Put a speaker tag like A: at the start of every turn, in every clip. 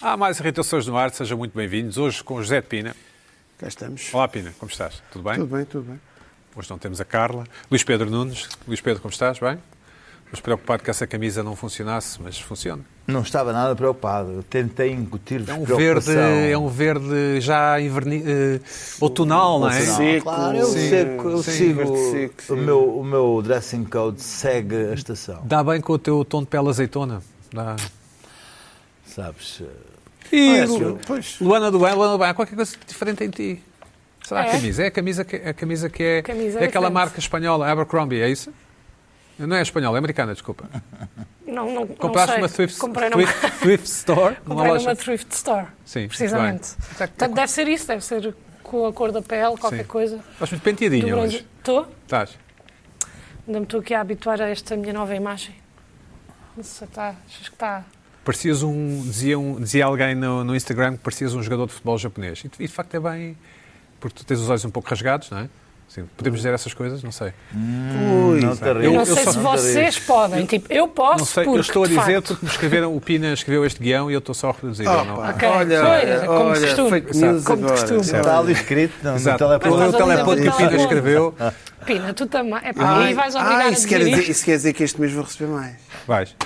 A: Há mais irritações no ar, sejam muito bem-vindos. Hoje com o José de Pina.
B: Cá estamos.
A: Olá, Pina, como estás? Tudo bem?
B: Tudo bem, tudo bem.
A: Hoje não temos a Carla. Luís Pedro Nunes. Luís Pedro, como estás? Bem? Mas preocupado que essa camisa não funcionasse, mas funciona.
C: Não estava nada preocupado. Eu tentei incutir-vos
A: É um
C: preocupação.
A: verde, é um verde já inverni... eh, outonal, não é?
B: Outonal.
C: Não,
B: seco.
C: Claro, eu,
B: Sim,
C: seco, eu
B: sim,
C: sigo.
B: verde seco, sim.
C: o, meu, o meu dressing code segue a estação.
A: Dá bem com o teu tom de pele azeitona. Dá.
C: Sabes?
A: E
B: Parece,
A: Lu-
B: pois.
A: Luana do Bem, Luana do Bem, há qualquer coisa diferente em ti. Será a
D: É?
A: camisa? É a camisa que, a camisa que é.
D: Camisa
A: é aquela
D: diferente.
A: marca espanhola, Abercrombie, é isso? Não é espanhola, é americana, desculpa.
D: Não, não,
A: Compraste
D: não
A: uma
D: sei.
A: thrift,
D: Comprei numa,
A: thrift, thrift store, numa
D: comprei
A: loja.
D: numa thrift store.
A: Sim,
D: precisamente.
A: muito bem. Tá-
D: Portanto, deve ser isso, deve ser com a cor da pele, qualquer
A: Sim.
D: coisa.
A: Estás muito penteadinha hoje.
D: Estou?
A: Estás.
D: Ainda me estou aqui a habituar a esta minha nova imagem. Não sei, tá, achas que está.
A: Parecias um. Dizia, um, dizia alguém no, no Instagram que parecias um jogador de futebol japonês. E, de- e de facto é bem. Porque tu tens os olhos um pouco rasgados, não é? Sim, podemos dizer essas coisas? Não sei.
B: Ui,
C: não te
A: Eu-
D: Eu,
C: arrisco.
D: não sei
A: só-
D: se
C: te
D: vocês
C: arrisco.
D: podem. Tipo, eu posso,
A: Não sei,
D: porque,
A: eu estou a
D: de
A: dizer
D: facto,
A: porque me escreveram, o Pina escreveu este guião e eu estou só a reproduzir. eu não- é?
B: Opa,
D: Ok,
B: Ah, Olha,
D: pois, como
B: olha,
D: costume.
B: fake news
D: Como
B: agora.
D: costume.
B: Certo.
C: Está ali escrito no, no
A: Exato.
C: telepone.
A: Foi
D: Mas
A: o
D: estás a dizer
A: telepode que o
D: do
A: Pina
D: telemóvel.
A: escreveu.
D: Pina, tu também. É pá,
B: Ai,
D: aí
A: Ah,
D: vais obrigar
B: ai,
D: a
B: isso,
D: dizer
B: quer dizer,
D: isto.
B: isso quer dizer que este mês vou receber mais.
A: Vais.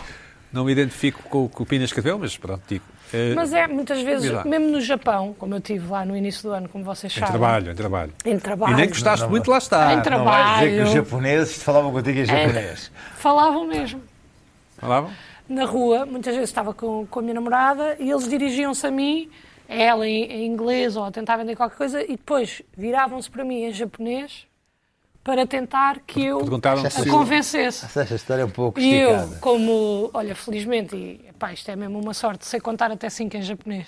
A: Não me identifico com o que o Pina escreveu, mas pronto, digo. Eh,
D: Mas é, muitas vezes,
A: Vê lá.
D: mesmo no Japão, como eu estive lá no início do ano, como vocês
A: Em
D: sabem.
A: trabalho, em trabalho.
D: Em trabalho.
A: E nem gostaste muito, lá está.
D: Em tra-
C: Não vais dizer que os
D: trabalho.
C: japoneses falavam contigo em japonês.
D: É. Falavam mesmo.
A: Falavam?
D: na rua, muitas vezes estava com, com a minha namorada e eles dirigiam-se a mim, a ela em, em inglês ou a tentar vender qualquer coisa, e depois viravam-se para mim em japonês para tentar que eu
A: Perguntaram se
D: a convencesse.
C: Esta história é um pouco
D: E eu,
C: esticada.
D: como, olha, felizmente, e pá, isto é mesmo uma sorte, sei contar até 5 em japonês.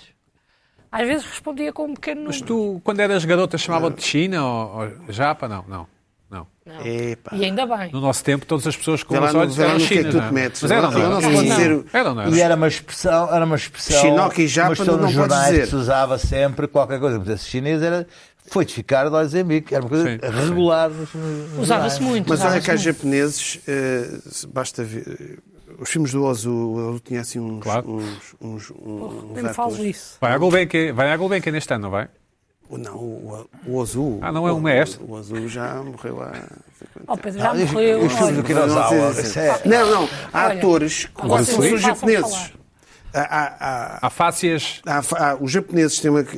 D: Às vezes respondia com um pequeno
A: Mas
D: número.
A: tu, quando eras garota, chamavam-te China ou, ou Japa? Não, não. Não.
D: Não.
B: Epa.
D: Ah. E é ainda bem.
A: No nosso tempo, todas as pessoas com
B: Vê lá
A: os
B: no-
A: olhos
B: vê lá
A: eram
B: no que é que
A: China.
B: tu
A: não é?
B: te metes.
A: Mas era, não
B: Não,
A: era?
B: não se pode
D: dizer
B: o- é-
A: Era, não
C: E
A: era?
C: era uma expressão, era uma expressão,
B: Chinoca e japa
C: uma expressão
B: não- não
C: nos
B: podes
C: jornais
B: dizer.
C: que se usava sempre, qualquer coisa. Mas esse chinês era, foi de ficar de olhos em bico. Era uma coisa
A: Sim, sim.
C: regular. nos- nos
D: Usava-se
C: jornais.
D: muito.
B: Mas olha
D: usava-se
B: que há
D: muito.
B: japoneses, eh, se basta ver. eh, Os filmes do Ozu, o Ozu tinha assim uns.
A: Claro.
B: uns, uns, um- uns
D: Nem me fales
B: atores.
D: disso.
A: Vai à Gulbenkian, vai à Gulbenkian neste ano, não vai?
B: O- Não, o, o Ozu.
A: Ah, não é um
B: o-
A: maestro?
B: O Ozu já morreu há.
D: Oh, Pedro, já
C: Ah,
D: morreu.
C: Os filmes do
D: olha.
C: Kurosawa.
B: Não, não,
C: isso é-
B: Não, não. Há
D: Olha,
B: atores
D: agora
B: que são
D: sim.
B: os japoneses.
D: Façam
B: Há- há- há-
A: Há fáceas.
B: Há- há- os japoneses têm uma. que,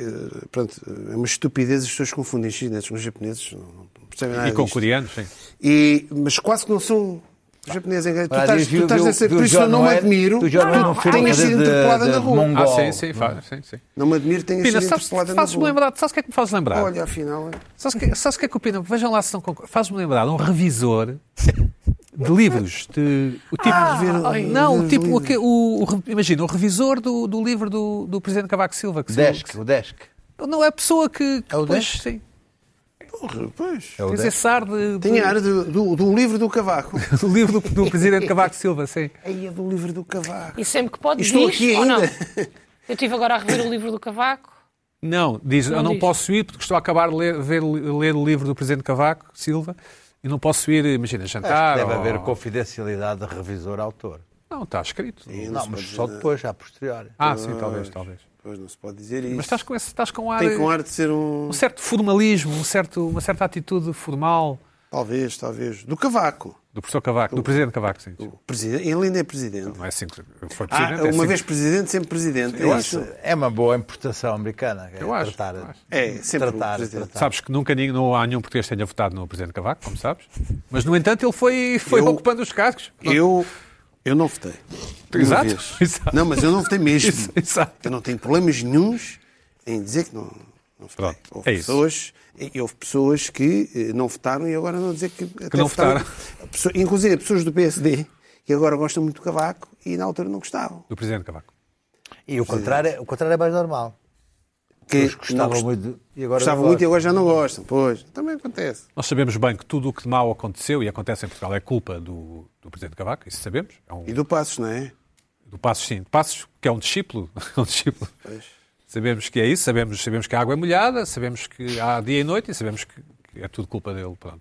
B: Pronto, é uma estupidez, as pessoas confundem chineses com os japoneses, não, não percebem nada.
A: E com
B: disto.
A: coreanos, sim.
B: E- mas quase que não são japoneses. hein? Tu
C: Olha,
B: estás,
C: viu-
B: tu estás
C: viu-
B: nessa.
C: viu
B: Por
C: o
B: isso eu
C: John
B: não me
C: Wayne-
B: admiro.
C: do John Wayne
D: Não,
C: no filme
D: tenha
C: de-
B: sido
C: de-
B: interpelada
C: de
B: na rua.
A: Ah,
C: Mongol.
A: sim, sim, faz, sim, sim.
B: Não me admiro, tenho
A: Pina,
B: sido
A: sabes,
B: interpelada na
A: fazes-me
B: rua.
A: lembrar, sabes o que é que me fazes lembrar?
B: Olha, afinal. olha.
A: Sabes o que, sabes o que é que o Pina. Vejam lá se não concordam. Faz-me lembrar um revisor de livros. De, o tipo,
D: Ah,
B: rever-
A: não, o
B: rever
A: tipo. O,
B: livros.
A: que- o- o re- imagina, o revisor do, do livro do, do Presidente Cavaco Silva. Que se-
C: Desk, o Desk.
A: não é a pessoa que. que
C: É o
A: depois,
C: Desk?
A: sim,
B: Porra, pois.
C: É o
A: tens
C: Desk.
A: esse ar de. de-
B: Tinha a área do, do, do livro do cavaco.
A: do livro do, do Presidente Cavaco Silva, sim.
B: Aí é do livro do cavaco.
D: E sempre que pode,
B: Estou
D: diz
B: aqui
D: ou não?
B: ainda.
D: Eu estive agora a rever o livro do Cavaco.
A: Não, diz, eu
D: Não
A: não
D: diz.
A: posso ir porque estou a acabar de ler, ver- ler o livro do Presidente Cavaco Silva e não posso ir, imagina, jantar.
C: Deve
A: ou-
C: haver confidencialidade de revisor-autor.
A: Não, está escrito.
C: Não, mas só depois, à posteriori.
A: Ah, sim, talvez, talvez.
B: Pois não se pode dizer isso.
A: Mas estás com, esse, estás com um ar.
B: Tem com ar de ser um.
A: um certo formalismo, um certo, uma certa atitude formal
B: Talvez, talvez. Do cavaco.
A: do professor Cavaco, do presidente Cavaco, sim.
B: Presidente. Ele ainda é presidente.
A: Não é assim que foi
B: Ah,
A: presidente. é
B: uma
A: assim
B: vez presidente, sempre presidente.
C: Eu
B: é
C: acho
B: isso.
C: é uma boa importação americana. é
A: Eu acho,
C: Tratar,
A: eu acho.
B: É, sempre
C: tratar,
B: o presidente.
A: que-
C: tratar.
A: Sabes que nunca nin- não há nenhum português que tenha votado no presidente Cavaco, como sabes. Mas, no entanto, ele foi, foi
B: Eu-
A: ocupando os cargos.
B: Eu, eu não votei. Uma
A: Exato,
B: vez.
A: exato.
B: Não, mas eu não votei mesmo.
A: Isso, exato.
B: Eu não tenho problemas nenhums em dizer que não, não votei.
A: Pronto,
B: houve,
A: é isso.
B: pessoas, e houve pessoas que eh, não votaram e agora não dizer que, até
A: não
B: Pessoa- inclusive pessoas do PSD que agora gostam muito do Cavaco e na altura não gostavam.
A: Do presidente Cavaco.
C: E o contrário, é- o contrário é mais normal.
B: Que
C: Eles gostavam
B: não gost-
C: muito e agora
B: gostavam
C: não
B: muito e
C: gostam.
B: agora já não gostam. Pois, também acontece.
A: Nós sabemos bem que tudo o que de mal aconteceu e acontece em Portugal é culpa do, do presidente Cavaco, isso sabemos. É um,
B: E do Passos, não é?
A: do Passos, sim. Passos, que é um discípulo. um discípulo.
B: Pois.
A: Sabemos que é isso, sabemos, sabemos que a água é molhada, sabemos que há dia e noite e sabemos que que é tudo culpa dele. Pronto.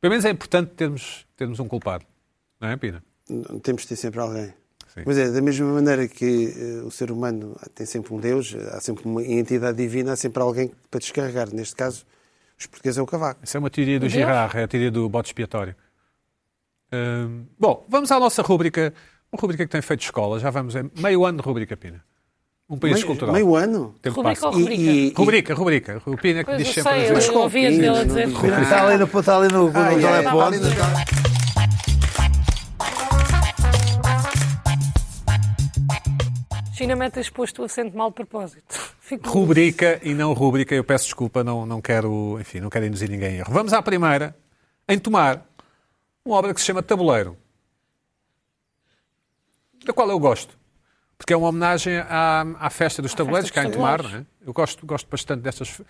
A: Pelo menos é importante termos, termos um culpado. Não é, Pina?
B: N- Temos de ter sempre alguém.
A: Sim.
B: Mas é da mesma maneira que eh, o ser humano tem sempre um Deus, há sempre uma entidade divina, há sempre alguém para descarregar. Neste caso, os portugueses é o cavaco.
A: Essa é uma teoria do
D: Deus?
A: Girard, é a teoria do bote expiatório. Hum, bom, vamos à nossa rúbrica, uma rúbrica que tem feito escola, já vamos, é meio ano de rúbrica, Pina. Um país cultural.
B: meio ano.
A: Tempo
D: Rubrica ou
A: passa.
D: rubrica?
B: E-
A: Rubrica, rubrica. O Pina que
D: Pois
A: diz
D: eu
A: sempre...
D: sei,
A: nas-
D: eu ouvi as dele a dizer.
B: Mas
D: rubrica.
C: Está ali no, está ali no, é no
B: Ah, yeah, yeah,
C: telefone.
B: tá ali no-
D: China mete exposto o acento mal de propósito. Fico
A: Rubrica e não rubrica, eu peço desculpa, não, não quero, enfim, não quero induzir ninguém em erro. Vamos à primeira, em tomar uma obra que se chama Tabuleiro, da qual eu gosto, porque é uma homenagem à, à festa dos tabuleiros,
D: festa
A: cá em
D: dos
A: tomar, não
D: tabuleiros.
A: é? Eu gosto, gosto bastante destas,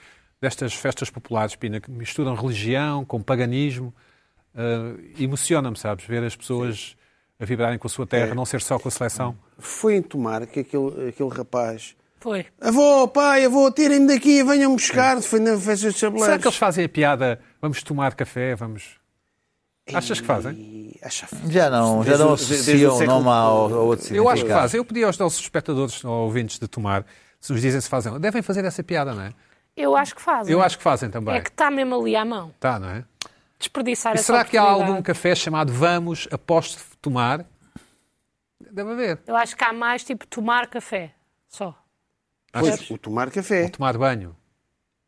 A: destas festas populares, Pina, que misturam religião com paganismo. Ah, Emociona-me, sabes, ver as pessoas a vibrarem com a sua
D: É.
A: terra, não ser só com a seleção.
B: Foi em Tomar que aquele, aquele rapaz...
D: Foi.
B: Avô, pai, avô, tirem-me daqui, venham-me buscar. Foi na festa dos tabuleiros.
A: Será que eles fazem a piada, vamos tomar café, vamos... Achas que fazem?
B: E... Acha...
C: Já não, já
B: Desde
C: não
B: o- desde
C: associam
B: o
C: o
B: século-
C: nome ao, ao
B: É
C: outro
A: Eu acho que
C: significado.
A: fazem. Eu pedi aos nossos espectadores ou ouvintes de tomar, se nos dizem se fazem. Devem fazer essa piada, não é?
D: Eu acho que fazem.
A: Eu acho que fazem também.
D: É que está mesmo ali à mão.
A: Tá, não é?
D: Desperdiçar
A: E
D: essa
A: será que há
D: oportunidade.
A: algum café chamado Vamos, aposto tomar? Deve haver.
D: Eu acho que há mais tipo tomar café. Só.
B: Pois, o Tomar Café.
A: é Tomar banho.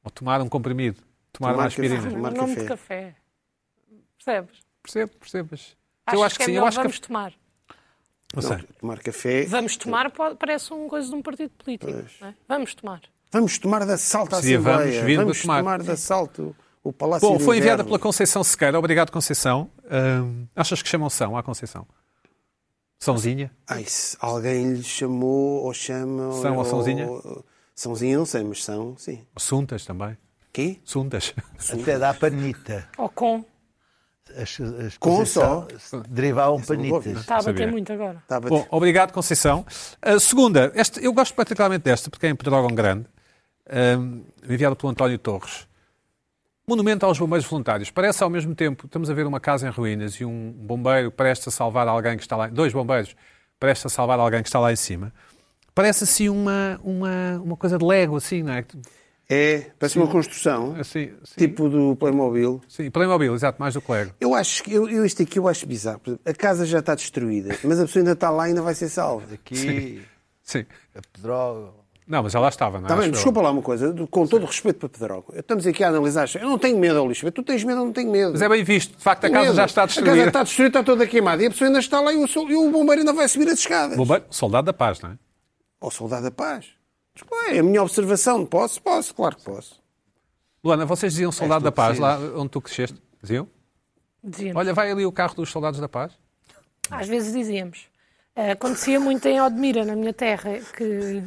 A: Ou tomar um comprimido. Tomar,
B: Tomar
A: uma aspirina.
B: café.
D: Não,
B: Tomar
D: o nome
B: café.
D: de café. Percebes?
A: Percebo, percebes.
D: Achas
A: eu acho que,
D: é
A: sim. Eu
D: melhor
A: acho
D: vamos
A: que...
D: tomar.
A: Não sei.
B: Tomar Café.
D: Vamos tomar pode- parece uma coisa de um partido político. não é? Vamos tomar.
B: Vamos tomar de assalto a
A: Seria
B: Assembleia.
A: vamos, vindo a tomar.
B: tomar. de assalto o Palácio
A: Bom,
B: do
A: foi enviada
B: Inverno.
A: pela Conceição Sequeira. Obrigado, Conceição. Hum, achas que chamam São à Conceição? Sãozinha?
B: Ai, se alguém lhe chamou ou chama...
A: São ou Sãozinha?
B: Sãozinha não sei, mas São, sim.
A: Suntas também.
B: Quê?
A: Suntas.
C: Até dá panita.
D: Ou com.
C: As, as
B: Com um
C: coisas
B: só?
C: são- derivavam
A: é um
B: não ouvi.
C: um panitas.
D: Está a bater
A: Sabia.
D: muito agora.
B: Estava
A: Bom, obrigado, Conceição. A segunda, esta, eu gosto particularmente desta, porque é em Pedrógão Grande, hum, enviada pelo António Torres. Monumento aos bombeiros voluntários. Parece ao mesmo tempo, estamos a ver uma casa em ruínas e um bombeiro presta a salvar alguém que está lá, dois bombeiros presta a salvar alguém que está lá em cima. Parece assim uma, uma, uma coisa de Lego, assim, não é?
B: É, parece uma construção,
A: Assim, assim,
B: tipo do Playmobil.
A: sim, Playmobil, exato, mais do que Lego.
B: Eu acho que, eu, eu isto aqui eu acho bizarro. Por exemplo, A casa já está destruída, mas a pessoa ainda está lá e ainda vai ser salva.
C: Aqui,
A: Sim.
C: a pedroga.
A: Não, mas já lá estava, não é?
B: Está Tá bem,
A: Acho eu.
B: desculpa lá uma coisa, do- com todo o respeito para Pedrogo. Estamos aqui a analisar. Eu não tenho medo, Lisboa. Tu tens medo, eu não tenho medo.
A: Mas é bem visto, de facto a
B: Tenho
A: casa
B: medo.
A: já está
B: A
A: destruída.
B: casa tá- está destruída, está toda queimada. E a pessoa ainda está lá e o, sol- e o bombeiro ainda vai subir as escadas.
A: Bombeiro, soldado da paz, não é?
B: Ó soldado da paz. Desculpa, é a minha observação. Posso? Posso, claro que posso.
A: Luana, vocês diziam Soldado da Paz, lá onde tu cresceste? Diziam?
D: Dizíamos.
A: Olha, vai ali o carro dos Soldados da Paz.
D: Às vezes dizíamos. Ah, Acontecia muito em Odmira, na minha terra, que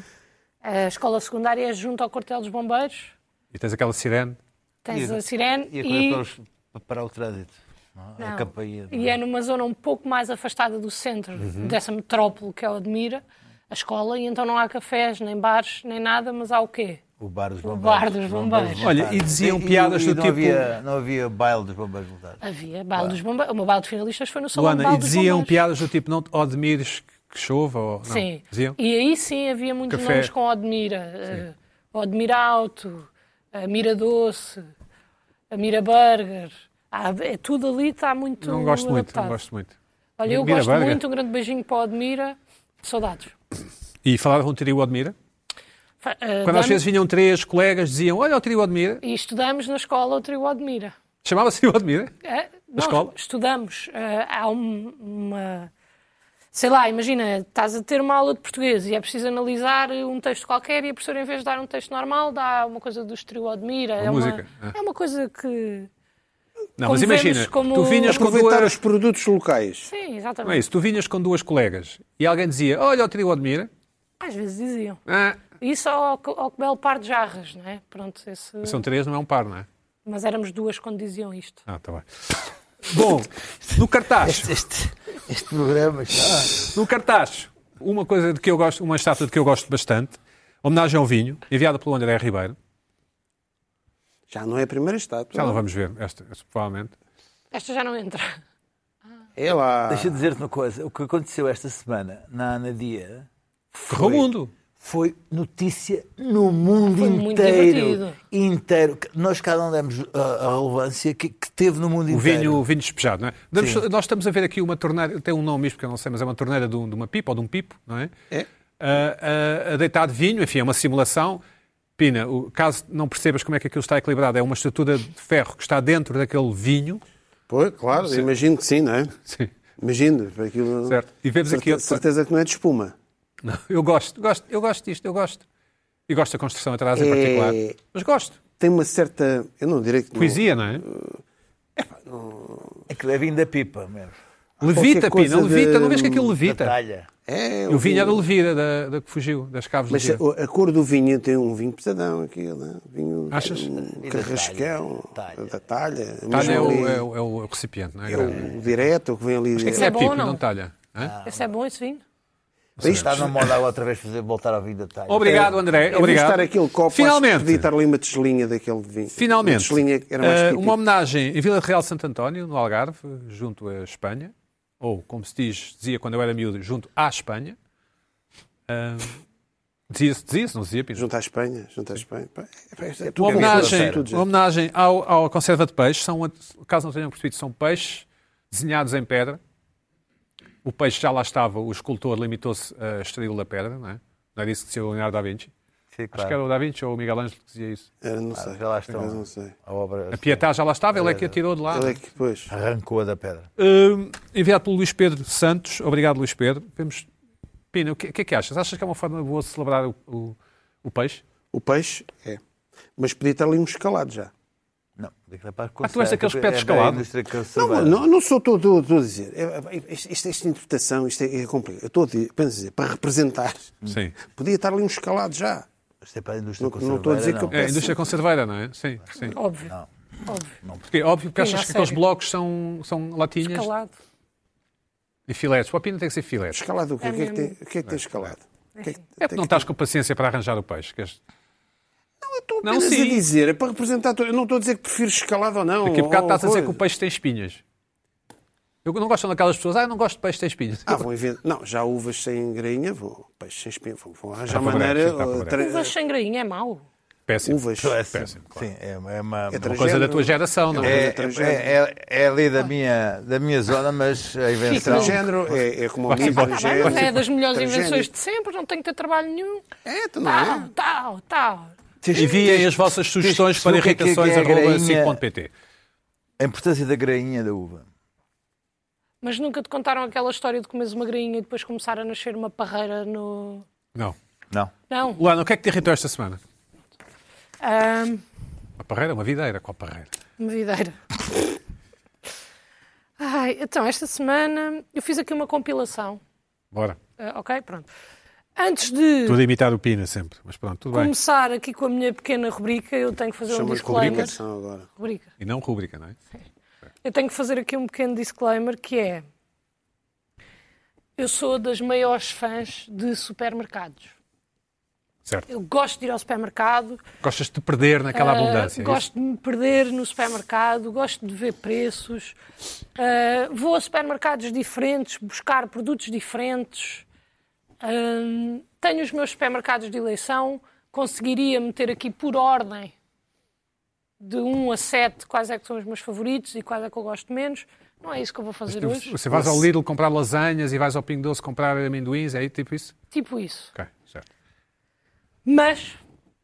D: a escola secundária é junto ao quartel dos bombeiros.
A: E tens aquela sirene.
D: Tens
C: E-
D: a sirene
C: E a
D: e,
C: coisa para para o trânsito. não é? Uhum.
D: Não.
C: A campainha.
D: E é numa zona um pouco mais afastada do centro, dessa metrópole que eu admira, a escola, e então não há cafés, nem bares, nem nada, mas há o quê?
C: O bar dos bombeiros.
D: bar dos bombeiros.
A: Olha, e diziam piadas
C: e
A: do
C: não
A: tipo-
C: Havia, não havia baile dos bombeiros voluntários.
D: Havia baile dos bombeiros. O meu baile de finalistas foi no salão de
A: Luana,
D: baile
A: e
D: dos
A: diziam
D: bombeiros.
A: piadas do tipo, não te admires que- que chova? Ou, não.
D: Sim.
A: Diziam?
D: E aí sim havia muitos
A: Café.
D: nomes com Odmira. Uh, Odmira Alto, a Mira Doce, a Mira Burger. Há- é tudo ali está muito
A: Não gosto muito,
D: adaptado.
A: não gosto muito.
D: Olha, eu
A: Mira
D: gosto
A: Burger.
D: muito. Um grande beijinho para o Odmira. Saudades.
A: E falavam do trio Admira?
D: Fa- uh,
A: Quando às
D: damos-
A: vezes vinham três colegas, diziam, olha o trio Admira.
D: E estudamos na escola o trio Admira.
A: Chamava-se trio Admira?
D: É, nós
A: escola?
D: Estudamos. eh, há um- uma. Sei lá, imagina, estás a ter uma aula de português e é preciso analisar um texto qualquer e a professora, em vez de dar um texto normal, dá uma coisa do Estrio Admira. é
A: música,
D: Uma,
A: é.
D: é uma coisa que.
A: Não,
D: Como
A: mas imagina,
D: vemos, como-
A: tu vinhas com
B: Aproveitar
A: duas...
B: os produtos locais.
D: Sim,
A: Não é
D: exatamente.
A: isso, tu vinhas com duas colegas e alguém dizia, olha o trio Admira.
D: Às vezes diziam.
A: Ah,
D: Isso ao, ao que belo par de jarras, não é? Pronto, esse...
A: são três, não é um par, não é?
D: Mas éramos duas quando diziam isto.
A: Ah, tá bem. Bom, no cartaz...
C: Este, este programa está.
A: No cartaz, uma coisa de que eu gosto, uma estátua de que eu gosto bastante, homenagem ao vinho, enviada pelo André Ribeiro.
B: Já não é a primeira estátua.
A: Já não vamos ver, esta, esta, provavelmente.
D: Esta já não entra.
B: É lá.
C: Deixa eu dizer-te uma coisa. O que aconteceu esta semana na Anadia
A: Correu o mundo.
C: foi notícia no mundo
D: Foi muito
C: inteiro.
D: divertido.
C: Inteiro. Nós cá não demos a, a relevância que, que teve no mundo
A: O
C: inteiro.
A: vinho, o vinho despejado, não é? Damos- nós estamos a ver aqui uma torneira, tem um nome isto porque eu não sei, mas é uma torneira de, um- de uma pipa ou de um pipo, não é?
B: É.
A: A, a- a deitar vinho, enfim, é uma simulação. Pina, o, caso não percebas como é que aquilo está equilibrado, é uma estrutura de ferro que está dentro daquele vinho.
B: Pois, claro, imagino que sim, não é?
A: Sim.
B: Imagino. para Aquilo...
A: Certo. E vemos aqui
B: Certe-
A: outro-
B: Certeza que não é de espuma.
A: Não, eu gosto, gosto, eu gosto disto, eu gosto. E gosto da construção atrás em
B: É.
A: particular. Mas gosto.
B: Tem uma certa. Eu não direi que. não-
A: Poesia, não é?
C: Aquilo é vinho da pipa mesmo.
A: Levita,
B: qualquer coisa
A: Pina, levita.
B: de- um
A: Não vês que aquilo
C: Da
A: levita?
C: talha.
B: É,
A: O vinho era levira, da, da que fugiu, das caves
B: Mas é
A: de Levira.
B: a, a cor do vinho tem um vinho pesadão, aquilo, né? vinho
A: Achas?
B: Um carrascão,
C: talha.
B: da talha.
A: Talha
B: mesmo
A: é
B: ali,
A: o, é o- é o recipiente, não é?
B: é o direto, o que vem ali.
A: Isso é,
D: é bom ou
A: pipo, não,
D: não?
A: talha. Hã?
B: Ah,
D: Esse é bom, esse vinho?
B: Isto-
C: Está na moda agora outra vez fazer, voltar ao vinho da talha.
A: Obrigado, André.
B: é. Eu
A: Obrigado.
B: vou estar aquele copo, acho que podia
A: Finalmente,
B: estar ali uma deslinha daquele de vinho. Uma
A: finalmente
B: deslinha que era mais
A: eh,
B: típica.
A: uma homenagem em Vila Real de Santo António, no Algarve, junto à Espanha, ou como se diz, dizia quando eu era miúdo, junto à Espanha. Ah, dizia-se, dizia-se, não dizia, Pino?
B: Junto à Espanha, junto à Espanha. Pá, é, pá, é tudo
A: Uma homenagem,
B: mistura, tudo
A: uma
B: junto.
A: homenagem ao, ao conserva de peixe. São, caso não tenham percebido, são peixes desenhados em pedra. O peixe já lá estava, o escultor limitou-se a extraí-lo da pedra, não é? Não é disso que dizia o Leonardo da Vinci?
C: Sim,
A: Acho que é
C: claro.
A: era o da Vinci ou o Miguel Ângelo que dizia isso.
B: Ah, não sei.
C: Já lá estão.
B: Mas não sei.
C: A obra
A: A Pietá já lá estava, ele é que a tirou de lá.
B: Ele é que depois.
C: arrancou da pedra.
A: Hum, enviado pelo Luís Pedro Santos. Obrigado, Luís Pedro. Vemos... Pina, o que, o que é que achas? Achas que é uma forma boa de celebrar o, o- o peixe?
B: O peixe é. Mas podia estar ali um escalado já.
C: Não, daquele para
A: Ah, tu és daqueles que pedes
C: É da
A: calado?
C: indústria
B: Não,
C: conservadora.
B: não, não sou todo todo- todo a dizer. É, é, Isto, isto, esta interpretação, isto é, é complicado. Eu estou a dizer, apenas a dizer, para representar.
A: Sim.
B: Podia estar ali um escalado já.
C: Isto é para a indústria
B: Não- não
C: conservadora.
B: estou a dizer que eu
A: É a
B: Parece-
A: indústria conserveira, não é? Sim, sim.
D: Óbvio.
C: Não.
D: Óbvio.
A: Porque, é óbvio que
D: Sim,
A: achas
D: a
A: que aqueles
D: sério.
A: blocos são, são latinhas
D: Calado.
A: e filetes. Para a Pina tem que ser filetes.
B: Escalado o quê?
D: É
B: o que é que tem,
D: mesmo.
B: o que é que tem escalado? O que é que-
A: É porque não estás com paciência para arranjar o peixe. queres-
B: Eu estou
A: Não,
B: apenas a
A: sim.
B: dizer, é para representar. to- Eu não estou a dizer que prefiro escalado ou não.
A: Daqui a bocado
B: ou
A: estás a dizer que
B: coisa.
A: o peixe tem espinhas. Eu não gosto daquelas pessoas, ah, eu não gosto de peixe que tem espinhas.
B: Ah, vão inventar. Não, já uvas sem grainha, vou. Peixe sem espinha, vão, vão
A: Está
B: arranjar
A: para breve,
B: maneira.
A: sim, está para
B: uh,
A: breve.
B: tra-
D: Uvas sem grainha é mau.
A: Péssimo.
B: Uvas.
C: Sim, Sim, é, é uma,
B: É
C: uma
A: Coisa da
B: género.
A: tua geração, não é?
C: É, é, é, é ali da minha, da minha zona, mas a invenção.
B: Transgénero é, é como o
A: Vai-se
B: mito
A: embora.
D: Ah,
B: transgénero.
D: mas é das melhores
B: transgénero.
D: invenções Ah, de sempre, não tem que ter trabalho nenhum.
B: É, tu não é?
D: Tal, tal, tal.
A: Enviem as vossas sugestões
C: tens-
A: para
C: o que é que é grainha?
A: irritações.pt.
C: A importância da grainha da uva.
D: Mas nunca te contaram aquela história de comeres uma grainha e depois começar a nascer uma parreira no.
A: Não.
C: Não.
D: Não.
A: Luana, o que é que te irritou esta semana?
D: Ahm,
A: Uma parreira, uma videira, qual parreira?
D: Uma videira. Ai, então, esta semana eu fiz aqui uma compilação.
A: Bora.
D: Ah, ok? Pronto. Antes de
A: Tudo a imitar o Pina sempre, mas pronto, tudo bem.
D: começar aqui com a minha pequena rubrica, eu tenho que fazer um
B: Chamas
D: disclaimer.
B: comunicação agora.
D: Rubrica.
A: E não rúbrica, não é?
D: Eu tenho que fazer aqui um pequeno disclaimer que é. Eu sou das maiores fãs de supermercados.
A: Certo.
D: Eu gosto de ir ao supermercado,
A: Gostas de te perder naquela
D: Ah,
A: abundância. é isso?
D: Gosto de me perder no supermercado, gosto de ver preços. Ah, vou a supermercados diferentes, buscar produtos diferentes. Ah, tenho os meus supermercados de eleição. Conseguiria meter aqui por ordem de 1 a 7 quais é que são os meus favoritos e quais é que eu gosto menos. Não é isso que eu vou fazer hoje.
A: Você vais ao Lidl comprar lasanhas e vais ao Pingo Doce comprar amendoins, é aí tipo isso?
D: Tipo isso.
A: Ok, certo.
D: Mas,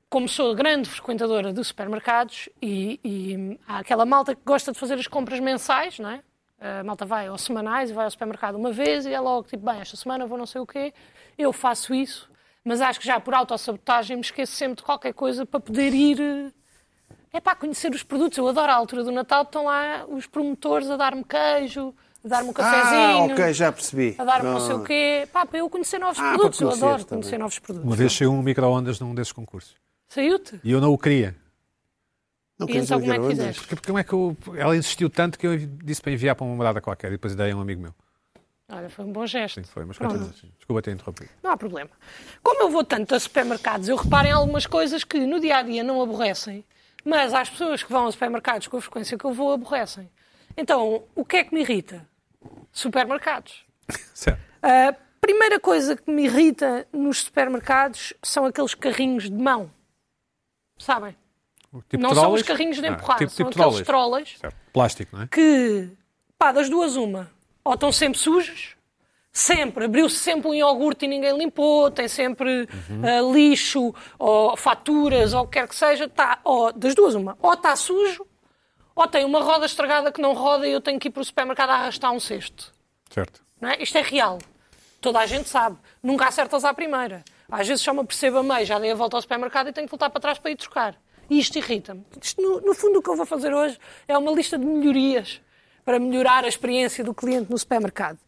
D: como sou grande frequentadora de supermercados e, e há aquela malta que gosta de fazer as compras mensais, não é? A malta vai aos semanais e vai ao supermercado uma vez e é logo tipo, bem, esta semana vou não sei o quê, eu faço isso, mas acho que já por autossabotagem me esqueço sempre de qualquer coisa para poder ir. eh, É para conhecer os produtos. Eu adoro a altura do Natal, estão lá os promotores a dar-me queijo, a dar-me um
B: Ah,
D: cafezinho,
B: ok, já percebi.
D: a dar-me não sei o quê. Pá, para eu conhecer novos
B: Ah, para
D: produtos. Eu
B: conhecer
D: adoro
B: também.
D: conhecer novos produtos.
A: Uma vez saiu um micro-ondas num desses concursos
D: Saiu-te?
A: e eu não o queria.
B: Não
D: E
B: queres
D: então como é que
B: ligar ondas?
D: fizeste?
A: Porque como é que eu... Ela insistiu tanto que eu disse para enviar para uma morada qualquer e depois dei a um amigo meu.
D: Olha, foi um bom gesto.
A: Sim, foi, mas
D: Pronto,
A: continua. assim. Desculpa ter interrompido.
D: Não há problema. Como eu vou tanto a supermercados, eu reparo em algumas coisas que no dia a dia não aborrecem, mas às pessoas que vão a supermercados com a frequência que eu vou aborrecem. Então, o que é que me irrita? Supermercados.
A: Certo.
D: A primeira coisa que me irrita nos supermercados são aqueles carrinhos de mão. Sabem?
A: Tipo
D: não são
A: trolley?
D: os carrinhos de
A: Não,
D: empurrar,
A: tipo-
D: são
A: tipo trolley.
D: aqueles trollas
A: Certo. Plástico, não é?
D: que, pá, das duas uma, ou estão sempre sujos, sempre, abriu-se sempre um iogurte e ninguém limpou, tem sempre ah, lixo, ou faturas, ou o que quer que seja, tá, ou, das duas uma, ou está sujo, ou tem uma roda estragada que não roda e eu tenho que ir para o supermercado a arrastar um cesto.
A: Certo.
D: Não é? Isto é real. Toda a gente sabe. Nunca acertas à primeira. Às vezes só me percebo a meio, já dei a volta ao supermercado e tenho que voltar para trás para ir trocar. E isto irrita-me. Isto, No, no fundo, o que eu vou fazer hoje é uma lista de melhorias para melhorar a experiência do cliente no supermercado.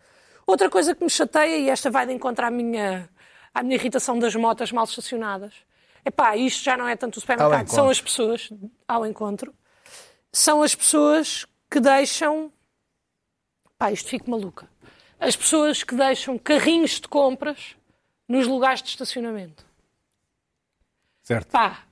D: Outra coisa que me chateia, e esta vai de encontro à minha, à minha irritação das motas mal estacionadas, é pá, isto já não é tanto o supermercado, são
C: encontro.
D: as pessoas ao encontro, são as pessoas que deixam Pá, isto fico maluca. As pessoas que deixam carrinhos de compras nos lugares de estacionamento.
A: Certo.
D: Pá,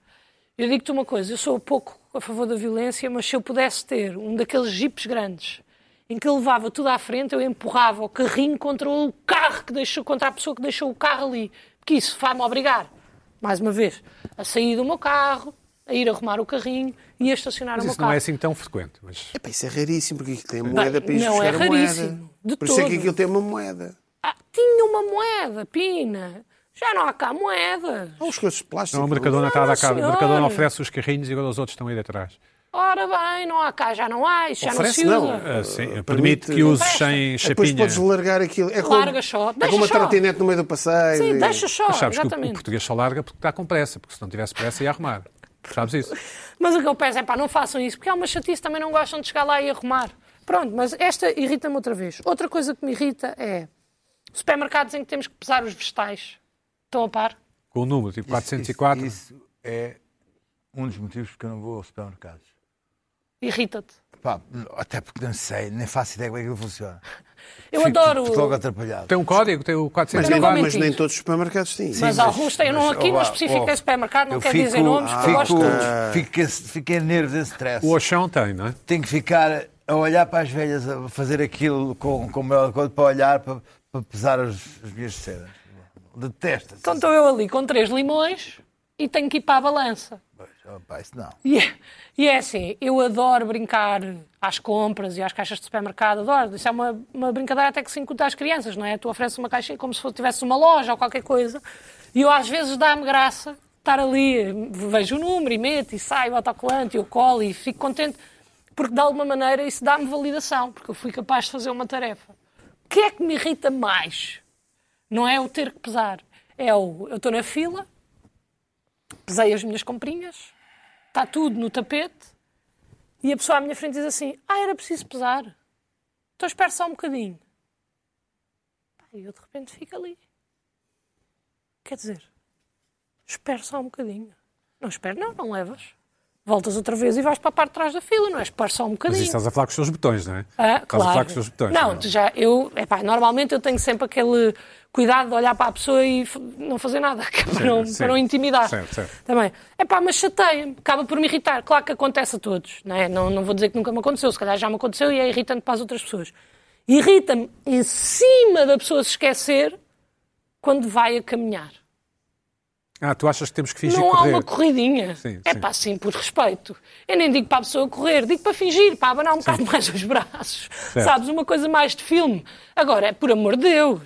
D: eu digo-te uma coisa, eu sou pouco a favor da violência, mas se eu pudesse ter um daqueles jipes grandes em que eu levava tudo à frente, eu empurrava o carrinho contra o carro que deixou, contra a pessoa que deixou o carro ali. Porque isso vai-me obrigar, mais uma vez, a sair do meu carro, a ir arrumar o carrinho e a estacionar
A: Mas
D: o meu
A: isso
D: carro.
A: não é assim tão frequente. Mas...
B: Epá, isso é raríssimo, porque aquilo tem moeda para ir
D: não
B: buscar
D: é
B: a moeda.
D: raríssimo, de
B: Por isso é que
D: todo.
B: aquilo tem uma moeda.
D: Ah, tinha uma moeda, Pina. Já não há cá moedas.
B: Há uns coisas de plástico.
A: Não, a É Mercadona está a dar
D: não,
A: cabo. A
D: senhor.
A: Mercadona oferece os carrinhos e agora os outros estão aí atrás.
D: Ora bem, não há cá, já não há, isto já
B: Oferece,
D: não se
B: não.
D: usa.
A: Ah, sim,
B: permite- É,
A: permite, que uses
D: Presta.
A: sem
B: Depois
A: chapinha.
B: podes largar aquilo. É
D: Larga só,
B: É
D: deixa
B: como uma
D: só.
B: trotinete no meio do passeio.
D: Sim,
B: e-
D: deixa só,
A: Mas É, sabes que o- o,
D: exatamente.
A: português só larga porque está com pressa, porque se não tivesse pressa ia arrumar. Sabes isso?
D: Mas o que eu peço é, pá, não façam isso, porque há uma chatice, também não gostam de chegar lá e arrumar. Pronto, mas esta irrita-me outra vez. Outra coisa que me irrita é supermercados em que temos que pesar os vegetais. Estão a par?
A: Com o número, tipo
C: Isso-
A: 404.
C: Isso, isso é um dos motivos porque eu não vou aos supermercados.
D: Irrita-te.
C: Pá, até porque não sei, nem faço ideia como é que ele funciona.
D: Eu
C: Fico-
D: adoro.
C: Fico logo atrapalhado.
A: Tem um código, tem o
B: Mas,
A: 404.
D: Eu
B: nem,
D: não vou
B: mas
D: mentir.
B: nem todos os supermercados têm.
D: Mas alguns têm, eu não aqui não
C: Opa,
D: especifiquei
C: oh,
D: supermercado, não
C: eu
D: quero
C: fico-
D: dizer nomes, porque gosto de
C: fico,
D: todos.
C: fico, fiquei nervos esse stress.
A: O Oxão tem, não é?
C: Tenho que ficar a olhar para as velhas, a fazer aquilo com, com o meu acordo, para olhar, para, para pesar as, as minhas cedas. Detesto.
D: Então estou eu ali com três limões e tenho que ir para a balança.
C: Opa, Oh, isso não.
D: E é, e é assim, eu adoro brincar às compras e às caixas de supermercado, adoro. Isso é uma, uma brincadeira até que se incuta às crianças, não é? Tu ofereces uma caixa como se fosse- tivesse uma loja ou qualquer coisa. E eu às vezes dá-me graça estar ali, vejo o número e meto e saio autocolante, e eu colo e fico contente, porque de alguma maneira isso dá-me validação, porque eu fui capaz de fazer uma tarefa. O que é que me irrita mais? Não é o ter que pesar, é o eu estou na fila, pesei as minhas comprinhas, está tudo no tapete e a pessoa à minha frente diz assim: Ah, era preciso pesar. Então espera só um bocadinho. Pá, E eu de repente fico ali. Quer dizer, espera só um bocadinho. Não espero, não, não levas. Voltas outra vez e vais para a parte de trás da fila, não é? Espera só um
A: Mas
D: bocadinho.
A: isso estás a falar com os seus botões, não é?
D: Ah,
A: estás
D: claro.
A: a falar com os seus botões. é?
D: Não, tu já, eu, epá, normalmente eu tenho sempre aquele cuidado de olhar para a pessoa e f- não fazer nada, que é para, não,
A: sim.
D: para não intimidar.
A: Certo, certo.
D: Também. Epá, mas chateia-me, acaba por me irritar. Claro que acontece a todos, não, é? não, não vou dizer que nunca me aconteceu, se calhar já me aconteceu e é irritante para as outras pessoas. Irrita-me em cima da pessoa se esquecer quando vai a caminhar.
A: Ah, tu achas que temos que fingir
D: Não há
A: correr?
D: uma corridinha.
A: Sim,
D: é
A: sim.
D: pá, sim, por respeito. Eu nem digo para a pessoa correr, digo para fingir, para abanar um bocado mais os braços. Sabes, uma coisa mais de filme. Agora, é por amor de Deus.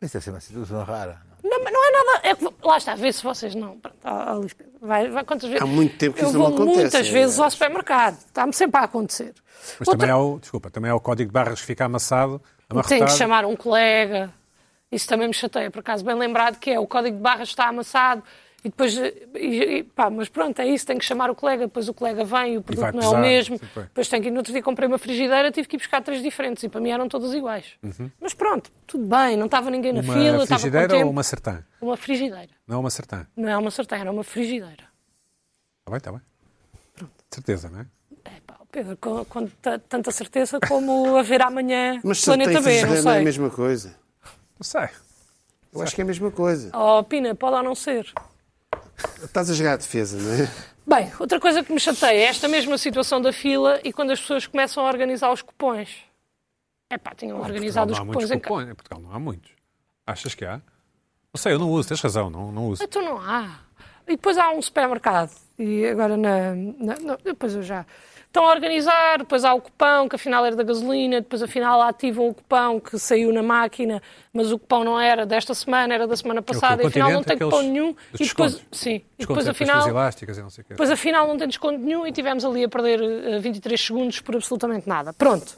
C: Isso deve ser uma situação rara. não?
D: Não, não é nada. é que- lá está, vê se vocês não. Pronto, ó, ó, Luís Pedro, vai, vai quantas vezes.
B: Há muito tempo que
D: Eu
B: isso não me
D: vou
B: acontece. é
D: Muitas vezes ao supermercado. Está-me sempre a acontecer.
A: Mas também, há o, desculpa, também há o código de barras que fica amassado,
D: Tenho que
A: amarretado.
D: chamar um colega. Isso também me chateia, por acaso, bem lembrado que é o código de barras está amassado e depois. eh, e- e pá, mas pronto, é isso, tenho que chamar o colega, depois o colega vem e o produto
A: vai
D: não é
A: pesar,
D: o mesmo.
A: sim, foi.
D: Depois tenho que ir no outro dia, comprei uma frigideira, tive que ir buscar três diferentes e para mim eram todas iguais. Mas pronto, tudo bem, não estava ninguém na
A: Uhum. Uma
D: fila, estava com
A: frigideira
D: tempo.
A: ou uma sertã?
D: Uma frigideira.
A: Não, uma sertã.
D: Não é uma sartén, era uma frigideira.
A: Está bem, está bem. Certeza, não é?
D: É pá, Pedro, com, com ta- tanta certeza como haver amanhã
B: Mas se
D: Planeta
B: tem
D: B, não
B: frigideira, não é a
D: sei.
B: mesma coisa.
A: Não sei.
B: Eu acho que é a mesma coisa.
D: Oh, Pina, pode ou não ser?
B: Estás a jogar à defesa, não é?
D: Bem, outra coisa que me chateia é esta mesma situação da fila e quando as pessoas começam a organizar os cupões. É pá, tinham organizado os
A: Portugal não há muitos
D: cupons em casa.
A: cupons. Em Portugal não há muitos. Achas que há? Não sei, eu não uso, tens razão, não, não uso. É
D: Então não há. E depois há um supermercado. E agora na. na- na- depois eu já. Estão a organizar, depois há o cupão, que afinal era da gasolina, depois afinal ativam o cupão que saiu na máquina, mas o cupão não era desta semana, era da
A: É
D: semana passada, e afinal não
A: Continente,
D: tem cupão
A: aqueles
D: nenhum.
A: dos
D: E depois,
A: descontos.
D: sim, e
A: Descontos é
D: depois
A: com as
D: afinal,
A: coisas elásticas e não sei o quê.
D: depois afinal não tem desconto nenhum e tivemos ali a perder eh, 23 segundos por absolutamente nada. Pronto.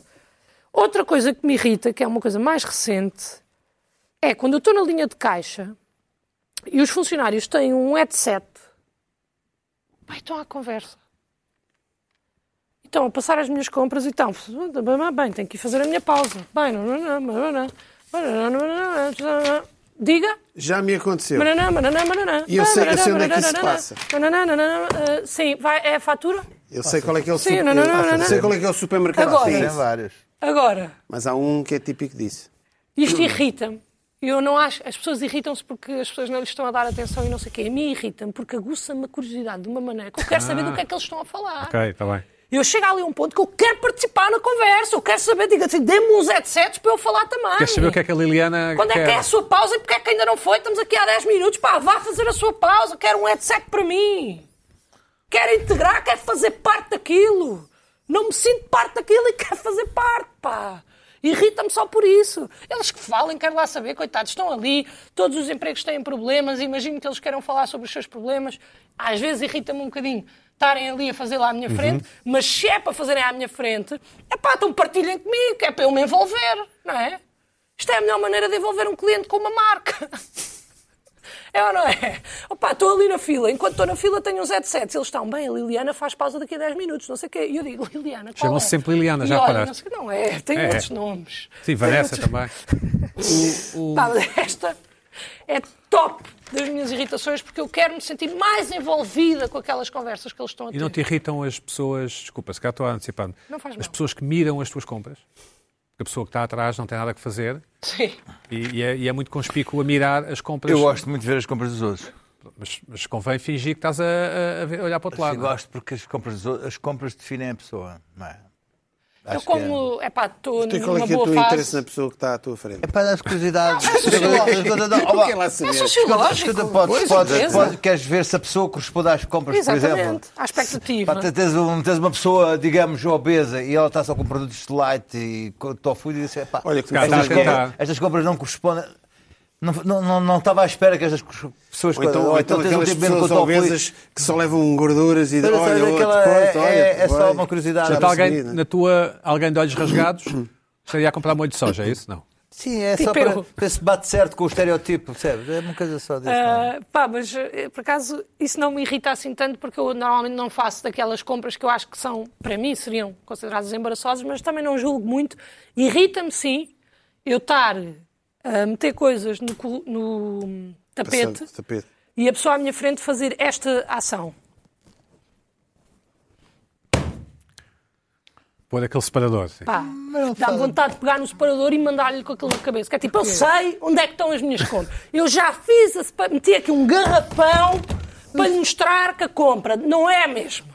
D: Outra coisa que me irrita, que é uma coisa mais recente, é quando eu estou na linha de caixa e os funcionários têm um headset, pá, estão à conversa. E Estão a passar as minhas compras e estão, bem, tenho que ir fazer a minha pausa. Bem, não, não, não, não, não, não, não, não, não, não. diga,
B: Já me aconteceu.
D: Mananã, mananã, mananã.
B: E eu sei- eu sei onde é que isso
D: Mananã,
B: passa.
D: mananã, mananã, ah, sim, vai, é a fatura.
B: Eu sei qual é que é o
D: Sim,
B: super-
D: não, não, não,
B: eu
D: não,
B: sei
D: não.
B: qual é que é o supermercado que
D: Agora.
B: tem
C: Tem
B: isso.
C: vários.
D: Agora,
B: Mas há um que é típico disso.
D: isto irrita-me. Eu não acho. As pessoas irritam-se porque as pessoas não lhes estão a dar atenção e não sei o quê. A mim irrita-me porque aguça-me a curiosidade de uma maneira que eu quero saber
B: Ah.
D: do que é que eles estão a falar.
A: Ok, está bem.
D: Eu chego ali a um ponto que eu quero participar na conversa, eu quero saber, diga assim, dê-me uns headsets para eu falar também.
A: Queres saber o que é que a Liliana
D: Quando é
A: quer?
D: que é a sua pausa e porque é que ainda não foi? Estamos aqui há 10 minutos. Pá, vá fazer a sua pausa. Quero um headset para mim. Quero integrar, quero fazer parte daquilo. Não me sinto parte daquilo e quero fazer parte, pá. Irrita-me só por isso. Eles que falem, quero lá saber, coitados, estão ali, todos os empregos têm problemas, imagino que eles queiram falar sobre os seus problemas. Às vezes irrita-me um bocadinho estarem ali a fazer lá à minha frente, mas se é para fazerem à minha frente, é pá, então partilhem comigo, que é para eu me envolver, não é? Isto é a melhor maneira de envolver um cliente com uma marca. É ou não é? Opa, estou ali na fila. Enquanto estou na fila, tenho uns headsets. Eles estão bem. A Liliana faz pausa daqui a 10 minutos, não sei o quê. E eu digo, Liliana, qual
A: Chamam-se
D: é?
A: sempre Liliana,
D: E
A: já
D: olha,
A: reparaste?
D: Não, sei, não é, tem
A: É.
D: outros nomes.
A: Sim, Vanessa também.
D: Pá, mas esta é top das minhas irritações, porque eu quero me sentir mais envolvida com aquelas conversas que eles estão a ter.
A: E não te irritam as pessoas, desculpa, se cá estou a antecipando,
D: Não faz
A: as
D: mal.
A: pessoas que miram as tuas compras? Porque a pessoa que está atrás não tem nada que fazer
D: Sim.
A: e, e é, e é muito conspícuo a mirar as compras.
C: Eu gosto muito de ver as compras dos outros.
A: Mas, mas convém fingir que estás a, a- a ver- a olhar para o outro
C: Sim,
A: lado. não é?
C: gosto porque as compras, dos outros- as compras definem a pessoa, não é?
D: Eu
C: Acho que
D: como, é pá, estou
B: Tu qual é
D: numa
B: que é o
D: boa
B: teu interesse
D: fase.
B: na pessoa que está à tua frente?
C: É para dar curiosidade.
D: Ah,
B: sociológico.
C: Então,
B: Tu quer lá
D: É
B: saber?
D: sociológico.
C: Escuta, podes,
D: Pois,
C: podes,
D: certeza.
C: podes, queres ver se a pessoa corresponde às compras, por exemplo?
D: Exatamente. À expectativa.
C: Pá, te- tens, um- tens uma pessoa, digamos, obesa e ela está só com produtos de light e co- tofu e diz assim, pá,
B: Olha, que tá.
A: cá está a
C: estas, compras,
A: contar.
C: estas compras não correspondem. Não, não, não, não estava à espera que estas cos- pessoas...
B: Ou então,
C: ou
B: ou então
C: tens um
B: aquelas
C: tipo mesmo
B: pessoas
C: com tofu e-
B: obesas que só levam gorduras e
C: Olha,
B: olha, olha, outro,
C: aquela-
B: pronto,
C: é-
B: olha,
C: é- é só
B: vai.
C: uma curiosidade.
B: Já
A: Portanto,
B: percebi,
A: alguém
B: né?
A: na tua, alguém de olhos rasgados estaria a comprar molho de soja, é isso? Não.
C: Sim, é
D: Tipo
C: só para
D: eu.
C: ver se bate certo com o estereotipo, percebes? É uma coisa só disso. não é?
D: Ah, pá, mas eh, por acaso isso não me irrita assim tanto porque eu normalmente não faço daquelas compras que eu acho que são, para mim, seriam consideradas embaraçosas, mas também não julgo muito. Irrita-me sim eu estar a meter coisas no, colo- no hum, tapete
B: Passando, tapete.
D: e a pessoa à minha frente fazer esta ação.
A: Pôr aquele separador. sim.
D: Pá, dá-me vontade de pegar no separador e mandar-lhe com aquilo na cabeça. Que é tipo, eu sei onde é que estão as minhas compras. Eu já fiz, a sepa- meti aqui um garrafão para lhe mostrar que a compra não é a mesma.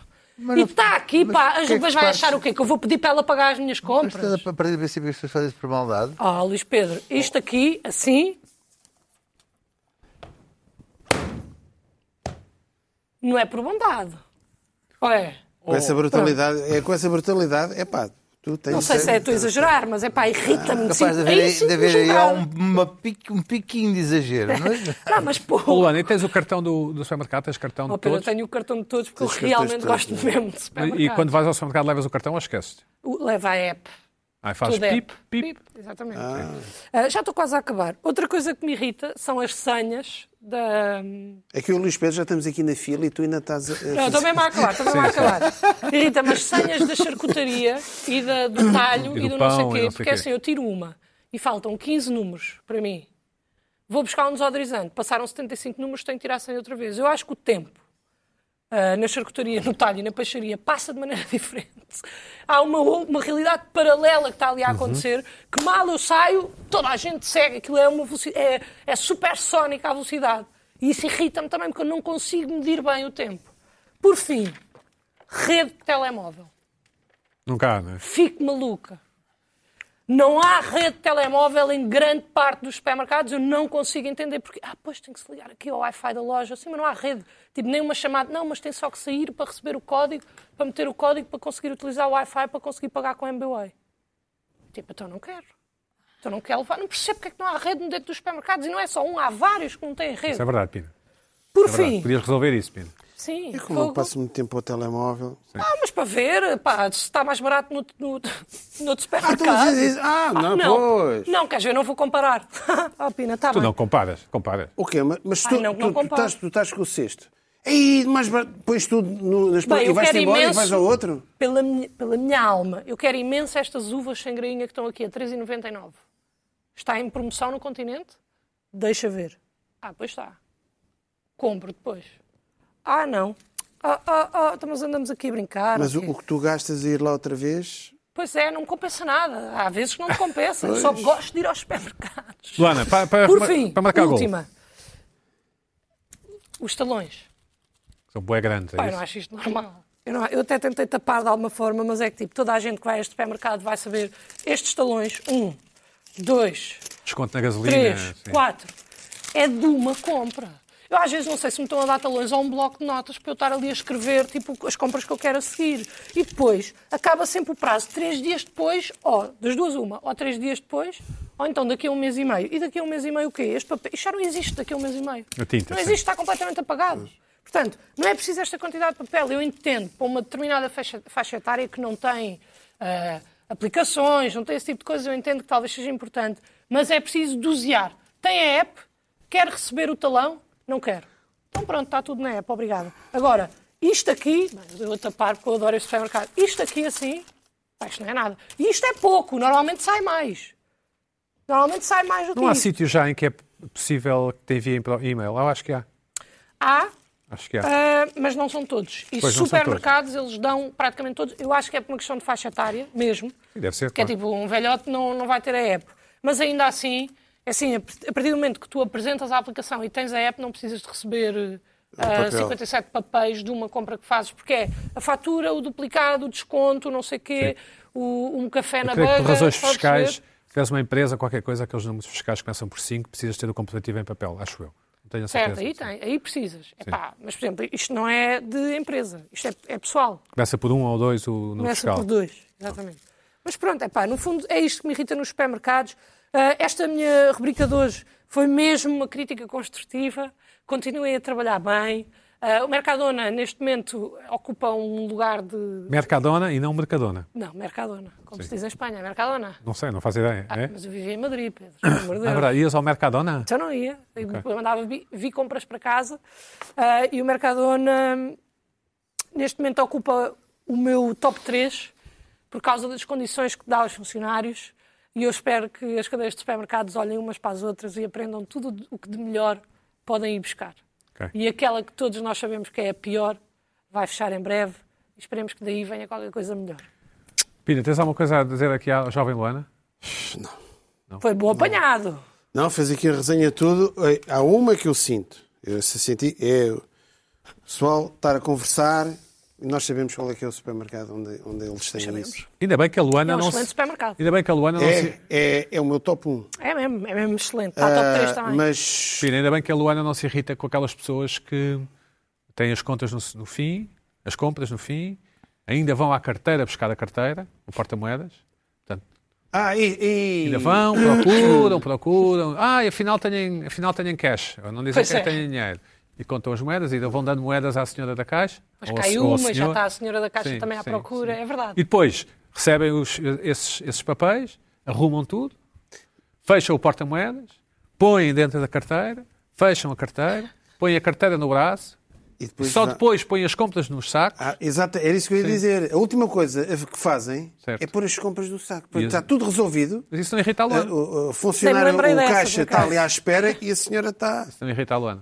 D: e está aqui,
C: mas
D: pá,
C: que é
D: as
C: que
D: depois vai
C: fazes?
D: achar o quê? Que eu vou pedir para ela pagar as minhas
C: Mas estás
D: compras?
C: a partir do princípio que as pessoas fazem isso por maldade.
D: Ah, Luís Pedro, isto aqui, assim... Não é por bondade. Ou é?
B: Com essa brutalidade, é com essa brutalidade, é pá, tu tens
D: Não sei se é tu a exagerar, mas é pá, irrita-me.
C: Ah, Capaz
D: é
C: de
D: sinto-
C: haver
D: aí
C: aí, de
D: sinto-me
C: haver aí
D: julgada.
C: um, uma pique- um piquinho de exagero, não é?
D: Não, mas pô...
A: Ô, Luana, e tens o cartão do, do supermercado? Tens cartão de
D: Oh, Pedro, eu
A: todos?
D: tenho o cartão de todos porque eu
B: Esses cartões
D: realmente
B: de
D: gosto
B: todos,
D: mesmo de supermercado.
A: é? E quando vais ao supermercado levas o cartão ou esqueces?
D: O- Leva a app.
A: Aí fazes
D: Tudo é
A: pip, pip,
D: Exatamente. Ah, já estou quase a acabar. Outra coisa que me irrita são as senhas da...
B: É que eu e o Luís Pedro já estamos aqui na fila e tu ainda estás a- a
D: Não, estou
B: fazer-
D: mesmo a acabar, estou mesmo a acabar. Irrita-me as senhas da charcutaria e da, do
A: E
D: talho e
A: do
D: do, não sei
A: pão, e
D: quê.
A: não sei
D: porque
A: quê.
D: assim, eu tiro uma e faltam 15 números para mim. Vou buscar um desodorizante. Passaram 75 números, tenho que tirar 100 outra vez. Eu acho que o tempo ah, na charcutaria, no talho e na peixaria passa de maneira diferente. Há uma, ou- uma realidade paralela que está
A: Uhum.
D: ali a acontecer, que mal eu saio, toda a gente segue. Aquilo é, uma veloci- é, é supersónica a velocidade. E isso irrita-me também, porque eu não consigo medir bem o tempo. Por fim, rede de telemóvel.
A: Nunca há, não é?
D: Fico maluca. Não há rede de telemóvel em grande parte dos supermercados, eu não consigo entender porque, ah, pois tem que se ligar aqui ao Wi-Fi da loja, assim, mas não há rede, tipo, nem uma chamada, não, mas tem só que sair para receber o código, para meter o código, para conseguir utilizar o Wi-Fi, para conseguir pagar com o MBWay. Tipo, então não quero. Então não quero levar, não percebo porque é que não há rede dentro dos supermercados e não é só um, há vários que não têm rede.
A: Isso é verdade, Pina.
D: Por
A: É verdade.
D: fim,
A: Podias resolver isso, Pina.
D: sim,
B: Eu como eu
D: fogo.
B: passo muito tempo ao telemóvel.
D: Ah, mas para ver, pá, se está mais barato no, no, no outro
B: Ah,
D: supermercado.
B: então, mas isso- ah, não, pois.
D: Não, queres ver, não vou comparar. Ah, Pina, está
A: Tu
D: bem.
A: não comparas, comparas.
B: O quê? Mas- Mas
D: Ai,
B: tu,
D: não,
B: tu-
D: não
B: tu
D: comparo.
B: estás, tu estás com o cesto. Aí, mais bar- pões tudo no, nas
D: Bem,
B: e
D: eu
B: vais-te
D: quero
B: embora e
D: imenso-
B: vais ao outro?
D: Pela minha, pela minha alma, eu quero imenso estas uvas sem grainha que estão aqui a 3,99. Está em promoção no continente? Deixa ver. Ah, pois está. Compro depois. Ah, não. Ah, ah, ah, então, mas andamos aqui a brincar.
B: Mas o,
D: aqui.
B: o que tu gastas a ir lá outra vez,
D: Pois é, não me compensa nada. Há vezes que não me compensa. Eu só gosto de ir aos supermercados.
A: Luana, para, para,
D: Por
A: remar-
D: fim,
A: para marcar gol.
D: última. Os talões.
A: São bué grandes, é
D: Pai, eu
A: isso?
D: não acho isto normal. Eu, não- eu até tentei tapar de alguma forma, mas é que tipo, toda a gente que vai a este supermercado vai saber estes talões. Um, dois,
A: Desconto na gasolina.
D: três,
A: sim.
D: quatro. É de uma compra. Eu às vezes não sei se me estão a dar talões ou um bloco de notas para eu estar ali a escrever tipo, as compras que eu quero a seguir. E depois acaba sempre o prazo. Três dias depois, ou das duas uma, ou três dias depois, ou então daqui a um mês e meio. E daqui a um mês e meio o quê? Este papel... Isto já não existe daqui a um mês e meio.
A: A tinta,
D: não
A: sim.
D: existe, está completamente apagado. Portanto, não é preciso esta quantidade de papel. Eu entendo, para uma determinada faixa, faixa etária que não tem ah, aplicações, não tem esse tipo de coisa, eu entendo que talvez seja importante. Mas é preciso dosear. Tem a app? Quer receber o talão? Não quero. Então pronto, está tudo na app, obrigada. Agora, isto aqui, bem, eu vou tapar porque eu adoro este supermercado, isto aqui assim, pá, isto não é nada. E isto é pouco, normalmente sai mais. Normalmente sai mais do que
A: Não há
D: isto.
A: sítio já em que é possível que te enviem para o e-mail. Ah, eu acho que há.
D: Há
A: Acho que há.
D: Ah, mas não são todos. E
A: Pois, não são
D: supermercados, eles dão praticamente todos. Eu acho que é por uma questão de faixa etária mesmo.
A: Sim, deve ser,
D: Que é
A: claro.
D: tipo, um velhote não, não vai ter a app. Mas ainda assim, assim, a a partir do momento que tu apresentas a aplicação e tens a app, não precisas de receber ah,
B: papel.
D: 57 papéis de uma compra que fazes, porque é a fatura, o duplicado, o desconto, não sei quê, o, um café na
A: Creio que
D: beira.
A: por razões
D: podes
A: fiscais,
D: ver.
A: se tiveres uma empresa, qualquer coisa, aqueles números fiscais que começam por 5, precisas ter o complementivo em papel, acho eu. Não tenho a
D: Certo,
A: certeza.
D: aí tem, aí precisas. Epá, mas, por exemplo, isto não é de empresa, isto é- é pessoal.
A: Começa por um ou dois o número
D: Começa
A: fiscal.
D: por dois, exatamente. Mas pronto, é pá, no fundo é isto que me irrita nos supermercados. Ah, esta minha rubrica de hoje foi mesmo uma crítica construtiva. Continuem a trabalhar bem. Ah, o Mercadona, neste momento, ocupa um lugar de.
A: Mercadona e não Mercadona.
D: Não, Mercadona, como se diz em Espanha, Mercadona.
A: Não sei, não faço ideia. é?
D: Ah, Mas eu vivia em Madrid, Pedro. pelo amor de
A: Ah,
D: Deus.
A: verdade, ias ao Mercadona?
D: Então não ia. Eu mandava vi, vi compras para casa ah, e o Mercadona hum, neste momento ocupa o meu top 3 por causa das condições que dá aos funcionários e eu espero que as cadeias de supermercados olhem umas para as outras e aprendam tudo o que de melhor podem ir buscar.
A: Ok.
D: E aquela que todos nós sabemos que é a pior vai fechar em breve e esperemos que daí venha qualquer coisa melhor.
A: Pina, tens alguma coisa a dizer aqui à jovem Luana?
D: Foi bom apanhado.
B: Não, fez aqui a resenha tudo. Ei, Há uma que eu sinto. Eu se senti. É o pessoal estar a conversar e nós sabemos qual é que é o supermercado onde, onde eles têm
D: Sabemos.
B: isso.
A: Ainda bem que a Luana
D: É um
A: não
D: excelente
A: se...
D: supermercado.
A: Ainda bem que a Luana não se...
B: É, é, é o meu top 1.
D: É mesmo, é mesmo excelente. Está top 3 também.
B: Ah, mas
A: Pina, ainda bem que a Luana não se irrita com aquelas pessoas que têm as contas no, no fim, as compras no fim, ainda vão à carteira buscar a carteira, o porta-moedas. Portanto,
B: Ah, e, e-
A: Ainda vão, procuram, procuram. Ah, e afinal têm, afinal têm cash. Não dizem
D: Pois
A: que
D: é.
A: têm dinheiro. E contam as moedas e ainda vão dando moedas à senhora da caixa.
D: Mas
A: ou ao se-
D: caiu
A: ou ao
D: uma, já
A: senhor.
D: está a senhora da caixa
A: Sim,
D: também à
A: sim,
D: procura,
A: sim.
D: é verdade.
A: E depois recebem os- esses, esses papéis, arrumam tudo, fecham o porta-moedas, põem dentro da carteira, fecham a carteira, põem a carteira no braço,
B: e
A: e
B: depois
A: só
B: vá-
A: depois põem as compras nos sacos.
B: Ah, exato, era isso que eu ia dizer. A última coisa que fazem
A: Certo.
B: é pôr as compras do saco.
A: E-
B: Está tudo resolvido.
A: Mas isso não irrita a
B: Ah,
A: Luana.
B: O, o funcionário,
D: lembrei
B: o
D: dessa,
B: caixa
D: por
B: está ali
D: acaso.
B: à espera e a senhora está.
A: Isso não irrita a Luana.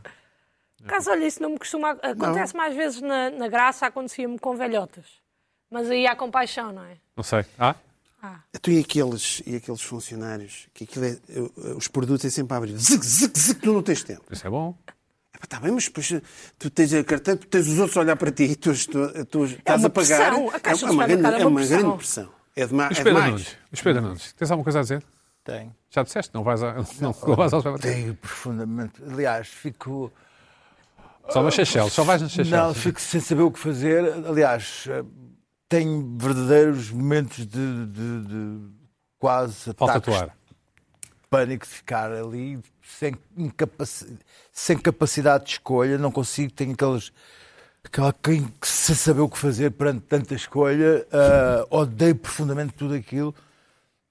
D: Por acaso, olha, isso não me costuma. Acontece mais vezes na, na graça, acontecia-me com velhotas. Mas aí há compaixão, não é?
A: Não sei. Ah?
B: Tu Então, e aqueles, e aqueles funcionários, que aquilo é, os produtos é sempre a abrir. Zic, zic, zic, tu não tens tempo.
A: Isso é bom.
B: Está bem, mas depois eh, tu tens a carteira, tu tens os outros a olhar para ti e tu, tu- tu estás
D: uma
B: a pagar.
D: pressão. A caixa
B: é,
D: de
B: uma
D: supermercado
B: grande,
D: é
B: é
D: uma
B: uma grande
D: pressão.
B: pressão. É, dema-
A: Luís
B: é
A: Pedro
B: demais.
A: Nunes, Luís Pedro Nunes, tens alguma coisa a dizer?
C: Tenho.
A: Já disseste, não vais, a, não, não vais ao supermercado.
C: Tenho profundamente. Aliás, fico.
A: Só nas Seychelles, só vais nas
C: Não,
A: Seychelles.
C: fico sem saber o que fazer. Aliás, eh, tenho verdadeiros momentos de, de- de quase
A: Falta
C: ataques
A: atuar.
B: Tá.
C: pânico de ficar ali sem, incapaci- sem capacidade de escolha, não consigo, tenho aqueles. Aquela quem que se saber o que fazer perante tanta escolha, ah, odeio profundamente tudo aquilo,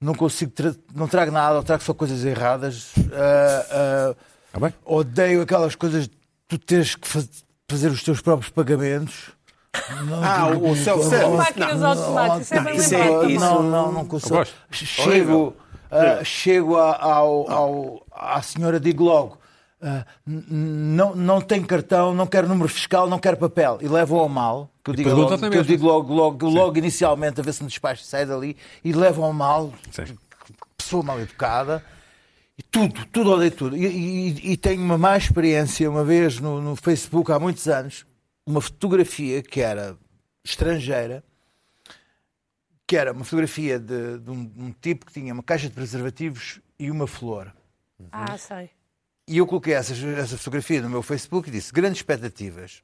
C: não consigo, tra- não trago nada, ou trago só coisas erradas, ah, ah,
A: Tá bem?
C: odeio aquelas coisas de tu teres que faz- fazer os teus próprios pagamentos. Não,
B: Ah, o o self-service.
D: Máquinas
C: não,
D: automáticas, é
C: não,
D: bem
B: isso é-
D: lembrado.
B: isso-
C: não, não, não
A: Eu
C: consigo.
A: gosto.
C: Chego, ah, chego a- ao, ao- à senhora, digo logo. ah, n- n- não, não tenho cartão, não quero número fiscal, não quero papel. E levo ao mal, que eu digo,
A: pergunta-te
C: logo,
A: na
C: que eu
A: mesma.
C: digo logo, logo, logo inicialmente, a ver se me despacho e saio dali, e levo ao mal,
A: Sim.
C: pessoa mal educada, e tudo, tudo, odeio tudo. E, e- e tenho uma má experiência, uma vez no, no Facebook, há muitos anos, uma fotografia que era estrangeira, que era uma fotografia de, de um, de um tipo que tinha uma caixa de preservativos e uma flor.
D: Ah, sei.
C: E eu coloquei essas- essa fotografia no meu Facebook e disse grandes expectativas.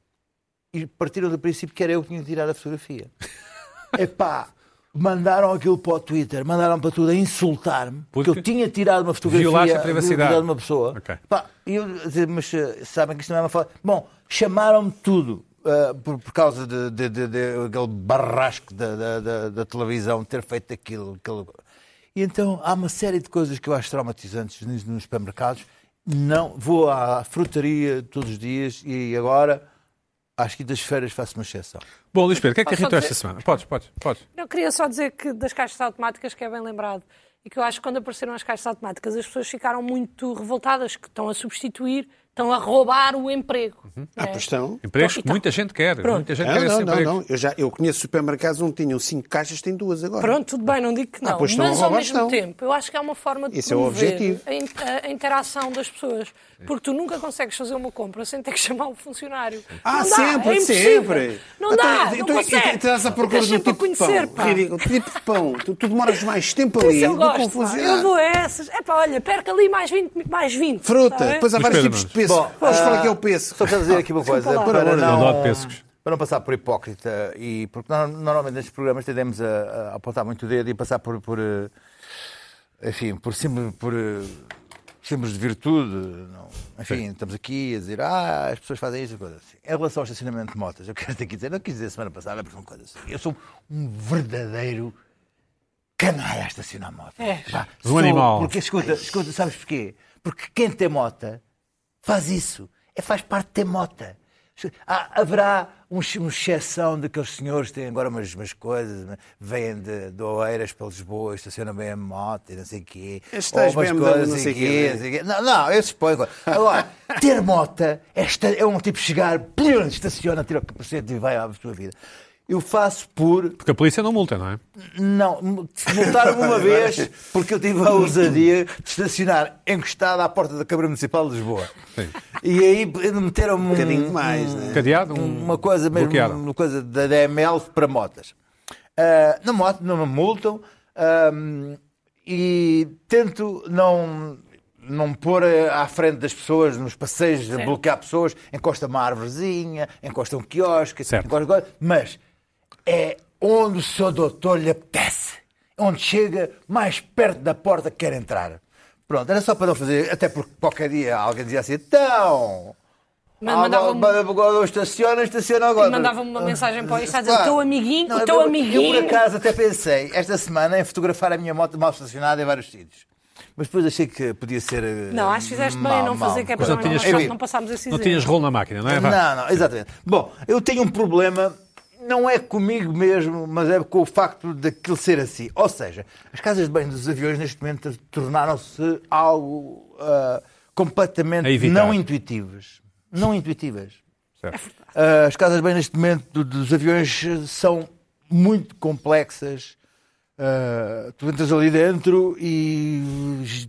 C: E partiram do princípio que era eu que tinha tirado a fotografia. Epá, mandaram aquilo para o Twitter, mandaram para tudo a insultar-me, porque
A: Porque
C: eu tinha tirado uma fotografia
A: violaste a
C: de-
A: privacidade.
C: de uma pessoa.
A: Ok.
C: Pá, e eu dizia, mas eh, sabem que isto não é uma foto. Bom, chamaram-me tudo. ah, por, por causa de, de, de- de- aquele barrasco da, da- da- da televisão ter feito aquilo, aquilo. E então há uma série de coisas que eu acho traumatizantes nos, nos supermercados. Não, vou à frutaria todos os dias e agora, às quintas-feiras, faço uma exceção.
A: Bom, Luís Pedro, o que é que
D: Posso
A: irritou
D: dizer?
A: esta semana? Podes, podes, podes.
D: Eu queria só dizer que das caixas automáticas que é bem lembrado e que eu acho que quando apareceram as caixas automáticas as pessoas ficaram muito revoltadas que estão a substituir, estão a roubar o emprego. não
B: Ah,
D: é?
B: pois estão.
A: Empregos
D: Então,
A: que
D: então-
A: muita gente quer. Muita gente quer
B: É, Não,
A: esse
B: não, não,
A: emprego.
B: não. Eu, já, eu conheço supermercados onde tinham cinco caixas, tem duas agora.
D: Pronto, tudo bem, não digo que não.
B: Ah, pois estão a
D: mas ao
B: roubar,
D: mesmo
B: estão.
D: tempo, eu acho que é uma forma de
B: Esse é o
D: promover
B: objetivo.
D: A, in- a- a interação das pessoas. Porque tu nunca consegues fazer uma compra sem ter que chamar um funcionário.
B: Ah,
D: não dá,
B: sempre,
D: é impossível.
B: sempre.
D: Não dá,
B: Então,
D: não
B: então,
D: consegue.
B: E estás à procura
D: Ficas
B: do
D: sempre
B: tipo
D: a conhecer,
B: de pão.
D: pá.
B: Ridículo. Que tipo de pão. Tu, tu demoras mais tempo ali
D: Isso eu
B: do que
D: gosto.
B: um
D: pá.
B: fazer.
D: Eu vou a essas. É pá, olha, perca ali mais 20, mais 20.
B: Fruta.
D: sabe?
B: Depois há
A: Mas
B: vários
A: Pedro
B: tipos de
A: Nunes.
B: peso. Vamos falar que é o peso.
C: peso. Só para dizer aqui uma coisa,
D: lá.
C: para
A: Não
C: não,
A: dá de pêssegos.
C: para não passar por hipócrita, e porque nor- normalmente nestes programas tendemos a, a apontar muito o dedo e a passar por, por, eh, enfim, por, símbolo- por eh, símbolos de virtude. não- Enfim, estamos aqui a dizer, ah, as pessoas fazem isto e coisas assim. Em relação ao estacionamento de motas, eu quero ter que dizer, não quis dizer semana passada, porque são coisas assim. Eu sou um verdadeiro canalha a estacionar motas.
D: É.
C: Pá,
A: Um
C: sou-
A: animal.
C: Porque, escuta, escuta, sabes porquê? Porque quem tem mota faz isso. É, faz parte de ter mota. Há- haverá um, ex- uma exceção daqueles senhores que têm agora umas, umas coisas, né? vêm de, de Oeiras para Lisboa, estacionam bem a moto e não sei o quê.
B: Estes
C: Ou
B: tais
C: umas
B: BMW
C: coisas
B: não sei
C: e
B: quê,
C: quê,
B: né?
C: não sei o quê. Não, não, esses põem. agora. Agora, ter mota é, esta- é um tipo chegar, plum, estaciona, tira o capacete e vai à sua vida. Eu faço por
A: Porque a polícia não multa, não é?
C: não, multaram uma vez porque eu tive a ousadia de estacionar encostado à porta da Câmara Municipal de Lisboa.
A: Sim.
C: E aí meteram-me um
B: bocadinho demais, né?
A: Cadeado? Um-
C: uma coisa mesmo,
A: Bloquearam.
C: uma coisa da DML para motas. Ah, não, mo- não me multam ahm, e tento não, não pôr eh, à frente das pessoas nos passeios, a bloquear pessoas, encosta uma árvorezinha, encosta um quiosque,
A: Certo.
C: encosta coisa, mas é onde o seu doutor lhe apetece, É onde chega mais perto da porta que quer entrar. Pronto, era só para não fazer, até porque qualquer dia alguém dizia assim, então,
D: Mas
C: Mandava
D: mandava-me-
C: agora estaciona, estaciona agora.
D: um- E mandava-me uma mensagem para o Insta a dizer,
C: Claro.
D: "Teu amiguinho,
C: Não,
D: teu
C: eu-
D: amiguinho."
C: Eu por acaso até pensei, esta semana, em fotografar a minha moto mal estacionada em vários sítios. Mas depois achei que podia ser. eh,
D: Não, acho que fizeste bem
C: mal,
D: não
C: mal.
D: fazer, que é para
A: Mas não
D: nós
A: tinhas-
D: não,
C: Enfim,
D: não passarmos esse
A: Não
D: exame.
A: tinhas rolo na máquina, não é? Vá.
C: Não, não, exatamente. Bom, eu tenho um problema, não é comigo mesmo, mas é com o facto daquilo ser assim. Ou seja, as casas de banho dos aviões neste momento tornaram-se algo ah,
A: A
C: completamente
A: evitar.
C: não intuitivas. Não intuitivas.
A: Certo.
C: Ah, as casas bem neste momento do- dos aviões eh, são muito complexas. Ah, tu entras ali dentro e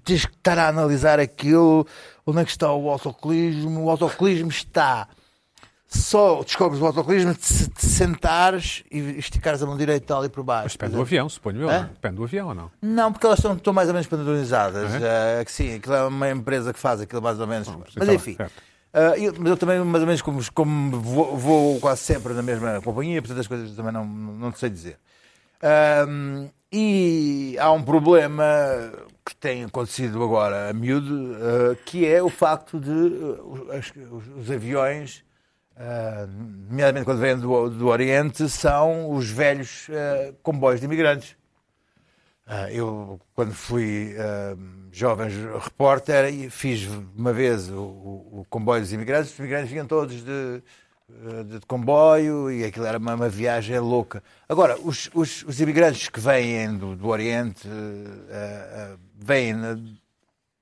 C: tens que estar a analisar aquilo, onde é que está o autocolismo. O autocolismo está só descobres o autocolismo se te sentares e esticares a mão direita ali por baixo.
A: Depende do avião, suponho eu.
C: Hã?
A: não é? Depende do avião ou não?
C: Não, porque elas estão, estão mais ou menos
A: Uhum.
C: padronizadas. eh, que sim, aquilo é uma empresa que faz aquilo mais ou menos. mas
A: tá bem,
C: enfim.
A: certo.
C: eh, eu- mas eu também, mais ou menos, como, como vou, vou quase sempre na mesma companhia, portanto as coisas também não, não te sei dizer. Ahm, e há um problema que tem acontecido agora a miúdo, eh, que é o facto de eh, os- as- os, os aviões, eh, nomeadamente quando vêm do, do Oriente, são os velhos eh, comboios de imigrantes. Ah, eu, quando fui ah, jovem jo- repórter, e fiz uma vez o, o- o comboio dos imigrantes. Os imigrantes vinham todos de, ah, de comboio e aquilo era uma, uma viagem louca. Agora, os, os- os imigrantes que vêm do, do Oriente ah, ah, vêm na-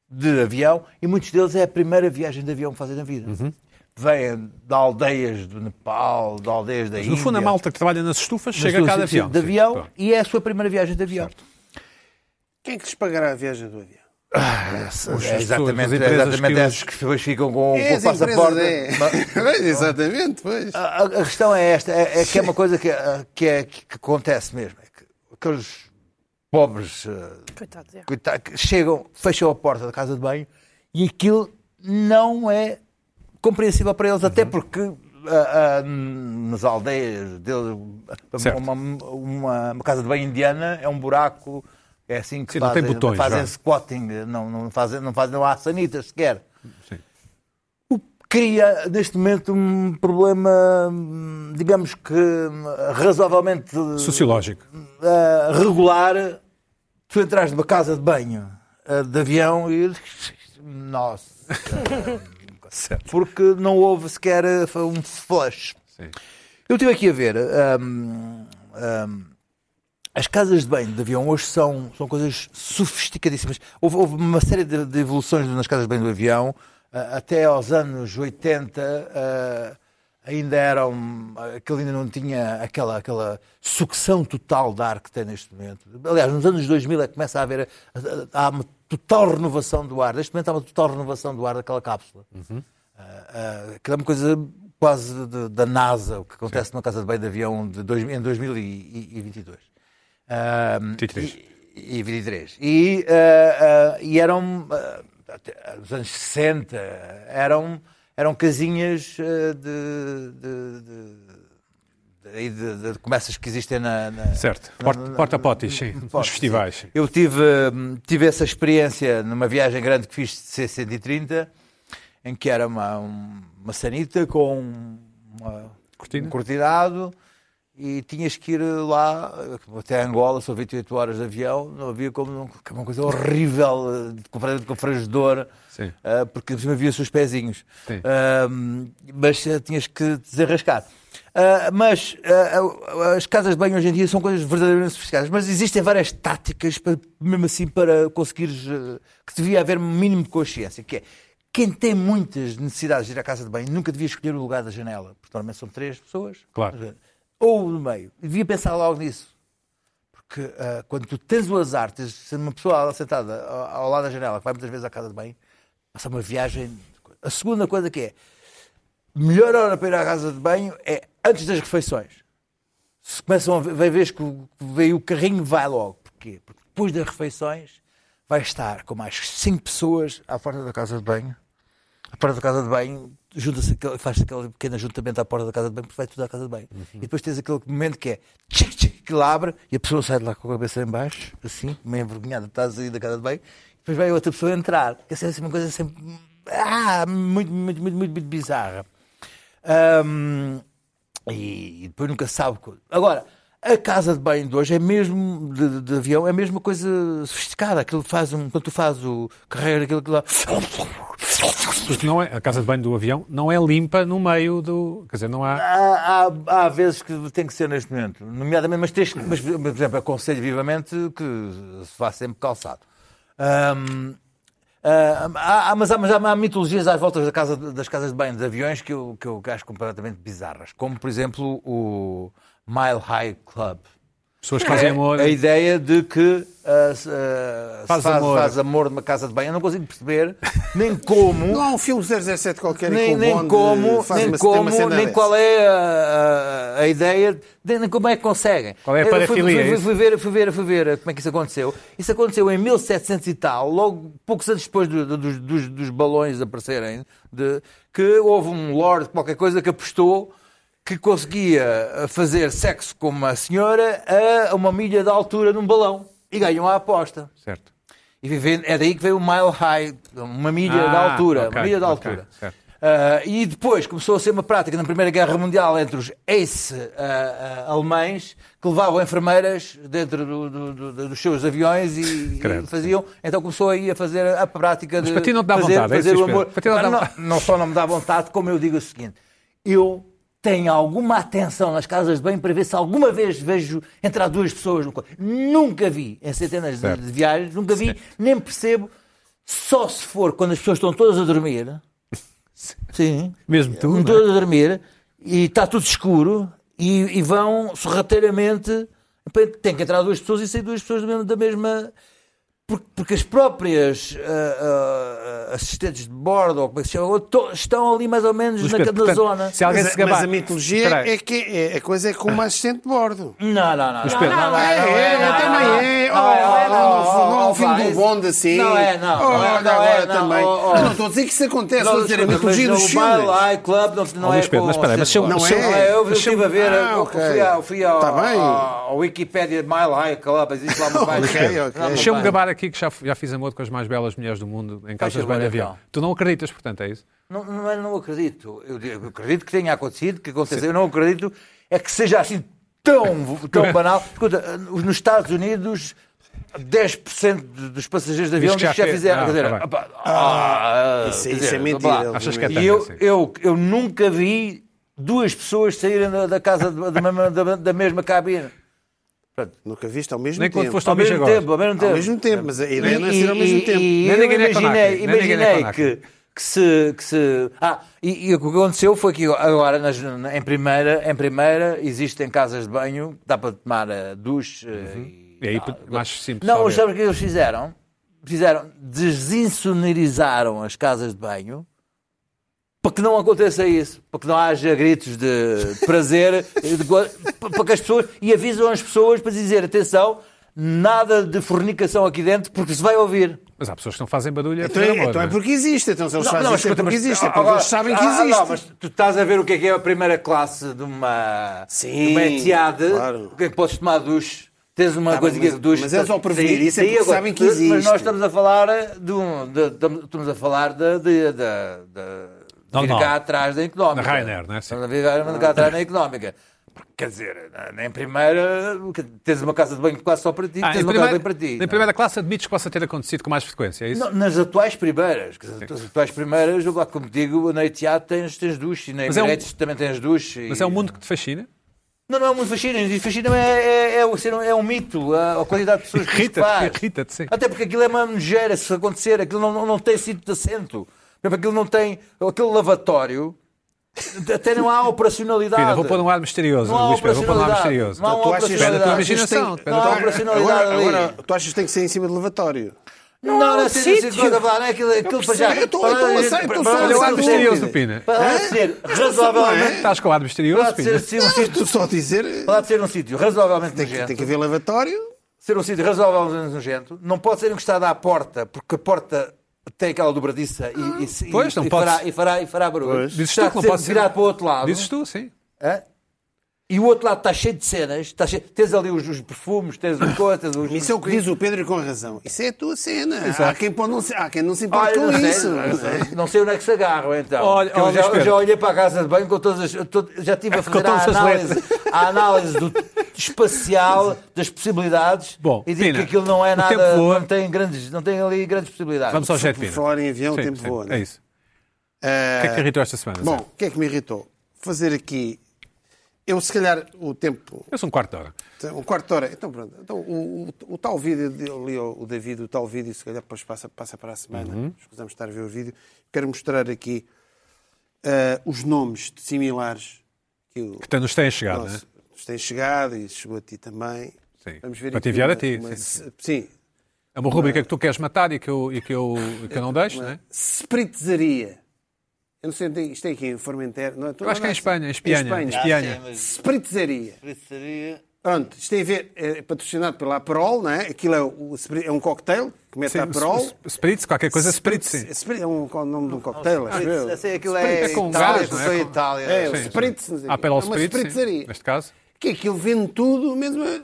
C: de avião e muitos deles é a primeira viagem de avião que fazem na vida.
A: Uhum.
C: Vêm de aldeias do Nepal, de aldeias da
A: Mas,
C: Índia.
A: no fundo, a malta que trabalha nas estufas
C: Mas
A: chega a
C: do-
A: cada
C: sim,
A: avião.
C: De
A: Sim,
C: avião
A: pronto.
C: e é a sua primeira viagem de avião.
B: Quem é que lhes pagará a viagem do avião?
A: Os-
C: É
A: as
C: exatamente,
A: pessoas, as empresas
C: exatamente
A: que os- É,
C: essas que depois ficam com, com o
B: as empresas,
C: passaporte.
B: é.
C: Mas
B: Pois, Exatamente, pois.
C: A, a- a questão é esta, é, é que é uma coisa que, ah, que, é- que- que acontece mesmo. é que aqueles pobres ah,
D: Coitado, é.
C: coita- que chegam, fecham a porta da casa de banho e aquilo não é compreensível para eles,
A: Uhum.
C: até porque ah, ah, nas aldeias deles
A: Certo.
C: uma, uma- uma casa de banho indiana é um buraco, é assim que
A: Sim, não é?
C: fazem,
A: tem botões,
C: fazem
A: vá.
C: squatting, não, não, fazem, não, fazem, não há sanitas sequer
A: Sim.
C: cria neste momento um problema, hum, digamos que hum, razoavelmente
A: Sociológico.
C: ah, regular. Tu entras numa casa de banho ah, de avião e. Nossa! Porque não houve sequer ah, um flush.
A: Sim.
C: Eu estive aqui a ver. hum, hum, as casas de banho de avião hoje são, são coisas sofisticadíssimas. Houve, houve uma série de, de evoluções nas casas de banho do avião. Ah, até aos anos 80 ah, ainda eram. aquilo ainda não tinha aquela, aquela sucção total de ar que tem neste momento. Aliás, nos anos 2000 é que começa a haver. ah, há uma total renovação do ar. Neste momento há uma total renovação do ar daquela cápsula. Ah, ah, aquilo é uma coisa quase de- da NASA, o que acontece numa casa de banho de avião de dois- em 2022. Ah,
A: 23.
C: E, e 23. E, ah, ah, e eram, ah, até nos anos 60, eram, eram casinhas ah, de... de, de- de- de- de- de comessas que existem na, na-
A: Certo.
C: na-
A: Porta-
C: na-
A: Porta-potis, sim.
C: Porta,
A: Nos festivais. sim.
C: eu tive, hum, tive essa experiência numa viagem grande que fiz de C130, em que era uma, um- uma sanita com uma-
A: Cortina.
C: um cortinado e tinhas que ir lá até Angola, são 28 horas de avião, não havia como não- que é uma coisa horrível, eh, completamente confrangedor,
A: Sim.
C: ah, porque por cima havia os seus pezinhos.
A: Sim.
C: Ah, mas eh, tinhas que desenrascar. Ah, mas ah, ah, as casas de banho hoje em dia são coisas verdadeiramente sofisticadas, mas existem várias táticas, para, mesmo assim, para conseguires eh, que devia haver um mínimo de consciência, que é quem tem muitas necessidades de ir à casa de banho nunca devia escolher o lugar da janela, porque normalmente são três pessoas,
A: Claro.
C: ou no meio. Devia pensar logo nisso. Porque ah, quando tu tens o azar, tens se uma pessoa lá sentada ah, ao, ao lado da janela, que vai muitas vezes à casa de banho, passa uma viagem. A segunda coisa que é, melhor hora para ir à casa de banho é antes das refeições. Se começam a ver, vai vês que o- que veio o carrinho, vai logo. Porquê? Porque depois das refeições vai estar com mais cinco pessoas à porta da casa de banho. À porta da casa de banho, junta-se aquele- faz-se aquele pequeno ajuntamento à porta da casa de banho, porque vai tudo à casa de banho. E depois tens aquele momento que é tchic, tchic, que lá abre e a pessoa sai de lá com a cabeça em baixo, assim, meio envergonhada, está a sair da casa de banho. E depois vai outra pessoa entrar. Que é assim, uma coisa sempre. Ah, muito, muito, muito, muito, muito bizarra. Ahm, e, e depois nunca sabe. co- Agora, a casa de banho de hoje é mesmo de, de- de avião, é mesmo uma coisa sofisticada. Aquilo faz um, quando tu fazes o carreira, aquilo que lá.
A: Porque não é, a casa de banho do avião não é limpa no meio do. Quer dizer, não há.
C: Há, há, há vezes que tem que ser neste momento, nomeadamente, mas, tens, que- mas por exemplo, aconselho vivamente que se vá sempre calçado. Ahm, ah, há- há- mas, há, mas há- há mitologias às voltas da casa- das casas de banho de aviões que eu, que eu acho completamente bizarras, como por exemplo o Mile High Club É
A: Pessoas que fazem amor.
C: A ideia de que ah, se, ah, se
A: Faz
C: faz,
A: amor.
C: amor. faz amor numa casa de banho. Eu não consigo perceber nem como.
B: Não há um filme 007 qualquer
C: nem,
B: em que o
C: nem
B: é Bond
C: como,
B: faz
C: nem
B: uma, tem uma
C: como,
B: cena
C: nem
B: dessa.
C: qual é a, a- a ideia, de- nem como é que conseguem.
A: Qual é a
C: Eu fui-
A: parafilia,
C: fui- fui-
A: isso?
C: fui ver, fui ver, fui ver como é que isso aconteceu. Isso aconteceu em 1700 e tal, logo poucos anos depois do- do- dos, dos- dos balões aparecerem, de, que houve um lord, qualquer coisa, que apostou que conseguia fazer sexo com uma senhora a uma milha de altura num balão. E ganhou a aposta.
A: Certo.
C: E vive- é daí que veio o Mile High, uma milha
A: Ah,
C: da altura.
A: ok,
C: uma milha da
A: ok,
C: altura.
A: certo.
C: Ah, e depois começou a ser uma prática na Primeira Guerra Mundial entre os ace ah, ah, alemães que levavam enfermeiras dentro do- do- do- dos seus aviões e,
A: Credo.
C: e faziam. Então começou aí a fazer a prática de
A: para ti não te dá
C: fazer,
A: vontade, é isso,
C: fazer o
A: Pedro?
C: amor.
A: Para ti não te dá
C: não,
A: vontade.
C: não só não me dá vontade, como eu digo o seguinte: eu tenho alguma atenção nas casas de banho para ver se alguma vez vejo entrar duas pessoas no quarto. Nunca vi em centenas de,
A: Certo.
C: de viagens, nunca vi, nem percebo. Só se for quando as pessoas estão todas a dormir. Sim.
A: Mesmo tu,
C: Estão
A: não é?
C: todas um a dormir e está tudo escuro e, e vão sorrateiramente. Tem que entrar duas pessoas e sair duas pessoas da mesma- da mesma porque, porque as próprias ah, ah, assistentes de bordo, ou como é que se chama, to- estão ali mais ou menos
A: Luís
C: na,
A: Pedro,
C: na
A: portanto,
C: zona.
A: Se alguém
B: Mas,
A: se
B: a-
A: gabar...
B: mas a mitologia
A: Espera aí.
B: é que é, a coisa é com uma assistente de bordo.
C: Não, não, não.
A: Luís Pedro.
C: não, não, não,
B: É,
C: Ah, não,
B: é,
C: não,
B: eu
C: não,
B: também
C: não.
B: é. Oh,
C: Não, é,
B: olha,
C: oh, oh,
B: não,
C: oh,
B: o filme
C: vai.
B: do Bond assim.
C: Não é, não. não,
B: Olha,
C: não,
B: agora
C: é, não,
B: também.
C: oh, oh.
B: Eu Não estou a dizer que isso acontece, estou a dizer a
C: mas-
B: mitologia
C: mas
B: dos
C: no
B: filmes.
C: Mile High Club não, não
A: Oh, Luís
C: é
A: Pedro,
C: com
A: mas espera aí, mas se eu-
C: Não
B: se eu-
C: é, eu estive a ver,
B: Ah,
C: eu
B: ok.
C: fui, ao, fui ao,
B: Tá bem.
C: ao, ao Wikipédia de Mile High Club, existe lá uma página.
B: ok.
C: Lá uma
A: Deixa-me
C: página.
A: gabar aqui que já, já fiz amor com as mais belas mulheres do mundo em casas de banho de
C: agora,
A: avião.
C: então.
A: Tu não acreditas, portanto, é isso?
C: Não, não, é- não acredito. Eu, digo- eu acredito que tenha acontecido, que aconteceu. Eu não acredito é que seja assim tão, tão banal. Escuta, nos Estados Unidos. 10% dos passageiros de avião
A: Diz que
C: diz que
A: já
C: já
A: fez.
C: fizeram.
A: Ah,
C: quer
A: tá
C: dizer,
A: bem.
C: opa, ah,
B: isso é-
C: quer
B: isso
C: dizer,
B: é mentira,
C: vá lá.
B: obviamente.
A: Achas que é
C: E
A: tanto
C: eu,
A: assim?
C: eu, eu nunca vi duas pessoas saírem da, da casa de- da, mesma- da- da mesma cabine.
B: Nunca viste ao mesmo
A: Nem
B: tempo.
A: quando foste ao
C: Ao
A: bicho
C: mesmo
A: agora.
C: tempo, ao mesmo tempo.
B: Ao mesmo tempo, mas a ideia não é
C: E-
B: ser ao mesmo
C: e-
B: tempo.
C: E,
A: Nem
C: eu
A: ninguém nem
C: imaginei,
A: Konak, nem ninguém é nem
C: imaginei
A: Konak.
C: que, que se. Que se ah, e, e o que aconteceu foi que agora, nas- na- em, primeira, em primeira, existem casas de banho, dá para tomar eh, duche. eh,
A: E aí,
C: tal.
A: mais simples,
C: Não,
A: talvez.
C: sabes o que eles fizeram? Fizeram, desinsonorizaram as casas de banho para que não aconteça isso, para que não haja gritos de prazer, de go- pa- para que as pessoas e avisam as pessoas para dizer atenção, nada de fornicação aqui dentro porque se vai ouvir.
A: Mas há pessoas que não fazem barulho a
B: Então,
A: fazer
B: é,
A: amor.
B: então é
A: não é?
B: porque existe. Então se eles fazem
C: mas
B: isso é
C: escuta,
B: porque
C: mas-
B: existe. É porque
C: agora-
B: eles sabem que
C: ah,
B: existe.
C: não, mas tu estás a ver o que é que é a primeira classe de uma,
B: Sim,
C: de uma Etihad,
B: claro.
C: que podes tomar duche. Tens uma
B: Tá
C: coisa
B: bem,
C: que é
B: mas-
C: duche.
B: mas eles ao prevenir
C: Daí-
B: isso é
C: daí
B: porque
C: agora-
B: sabem que
C: Mas
B: existe.
C: nós estamos a falar de um. de- estamos- estamos a falar de. de, de, de
A: Não,
C: vir
A: não.
C: cá atrás da económica.
A: Na Ryanair, não é? Sim.
C: Estamos a vir cá atrás da económica. Porque, Quer dizer, na- na- em primeira, tens uma casa de banho quase só para ti,
A: Ah,
C: tens
A: em,
C: uma casa de
A: primeira,
C: banho para ti.
A: em
C: não é?
A: primeira classe admites que possa ter acontecido com mais frequência, é isso?
C: Não, nas atuais primeiras, quer dizer,
A: É.
C: as atuais primeiras, eu lá, como digo, na ETA tens, tens duche, e na
A: Mas é um-
C: Emirates também tens duche.
A: Mas
C: e-
A: é um mundo que te fascina?
C: Não, não é um mundo fascina, fascina é, é, é, o ser um- é um mito, a, a quantidade de pessoas que isso
A: Irrita-te,
C: faz.
A: irrita-te, sim.
C: Até porque aquilo é uma nojeira, se acontecer, aquilo não, não, não tem sítio de assento, Mesmo aquilo não tem, aquele lavatório, até não há operacionalidade.
A: Filha, vou pôr um ar misterioso,
C: Não há
A: Luís Pedro, vou pôr um ar
C: operacionalidade.
A: misterioso.
C: Não há
B: Tu Então achas-
A: Depende da tua
C: operacionalidade.
A: imaginação. depende da
C: Não há
A: tua-
C: operacionalidade
B: Agora,
C: ali.
B: agora, tu achas que tem que ser em cima do lavatório?
C: Não,
D: Não,
C: não,
D: não,
C: não,
D: sítio.
C: sítio. não é aquilo, aquilo para já.
B: eu estou- eu estou a lançar- eu estou só a
A: Olha o ar
B: Não,
A: misterioso
B: É? não.
A: do Pina.
C: Para lá de ser
B: é?
C: razoavelmente.
A: Estás com o ar
C: Para lá
A: misterioso,
C: de
A: Pina?
C: ser ser um sítio.
B: Tu só dizer.
C: Para lá de ser um sítio razoavelmente
B: Tem que, tem que
C: nojento.
B: haver lavatório.
C: Ser um sítio razoavelmente nojento. Não pode ser encostado à porta, porque a porta tem aquela dobradiça e, e, se-
A: Pois,
C: e-
A: não
C: e
A: pode
C: fará,
A: ser.
C: e, fará, e fará barulho.
B: Pois.
A: Dizes tu
C: Está
A: que não
C: de ser
A: pode ser.
C: virado para o outro lado.
A: Dizes tu, sim.
C: Hã? E o outro lado está cheio de cenas. Está cheio... Tens ali os, os perfumes, tens o coisa, tens os...
B: Isso é o que diz o Pedro e com razão. Isso é a tua cena. Há, quem pode não se, há quem não se
C: Olha,
B: importe com
C: não sei,
B: isso.
C: não sei- Não sei onde é que se agarram, então.
A: Olha,
C: Que eu
A: olha,
C: já,
A: espera.
C: eu já olhei para a casa de banho com todas as. todo- já estive a
A: Com
C: fazer a
A: todas as
C: análise, a análise do espacial, das possibilidades,
A: Bom,
C: e digo
A: Pina,
C: que aquilo não
A: o
C: é
A: tempo
C: nada.
A: voa.
C: Não tem, grandes, não tem ali grandes possibilidades.
A: Vamos ao Jet
B: Por
A: Pina.
B: falar em avião,
A: Sim,
B: o tempo
A: sim,
B: voa. não
A: É
B: é?
A: isso. O que é que te irritou esta semana?
B: Bom,
A: Zé?
B: o que é que me irritou? Fazer aqui. Eu, se calhar, o tempo.
A: Eu sou um quarto de hora.
B: Um quarto de hora. Então, pronto. Então, o, o- o tal vídeo, de- eu li o, o David, o tal vídeo, se calhar depois passa, passa para a semana.
A: Uhum.
B: Escusamos de estar a ver o vídeo. Quero mostrar aqui ah, os nomes de similares que o
A: Portanto, nos têm chegado, não é?
B: nosso nos tem chegado e chegou a ti também.
A: Sim.
B: Vamos ver
A: Para te
B: aqui
A: enviar
B: uma-
A: a ti,
B: uma-
A: sim.
B: sim.
A: É uma rubrica que tu queres matar e que eu, e que eu, e que eu não deixo, não é?
B: Spritzaria. Eu não sei onde é, isto é aqui, em Formentera. Não,
A: Eu acho que é em Espanha, em Espanha. Em
E: Ah, sim,
A: Espanha.
E: mas-
B: Spritzaria.
E: Pizzaria.
B: Pronto, isto tem a ver, é patrocinado pela Aperol, não é? Aquilo é, o- é um cocktail que mete a Aperol.
A: Sim, Spritz, qualquer coisa Tá, Spritz, sim.
B: Spritz, é um co- nome de um cocktail, acho eu.
C: assim,
E: Sei, aquilo
A: É
E: é
A: com
E: Itália,
A: gás, não é?
E: sou
A: Com-
E: Itália.
B: É,
A: Sim,
B: o
A: sim. Ah,
B: Spritz, não sei o quê.
A: Apple ao
B: É uma
A: Spritz, sim,
B: Spritzaria.
A: neste caso.
B: Que aquilo vende tudo, mesmo eh,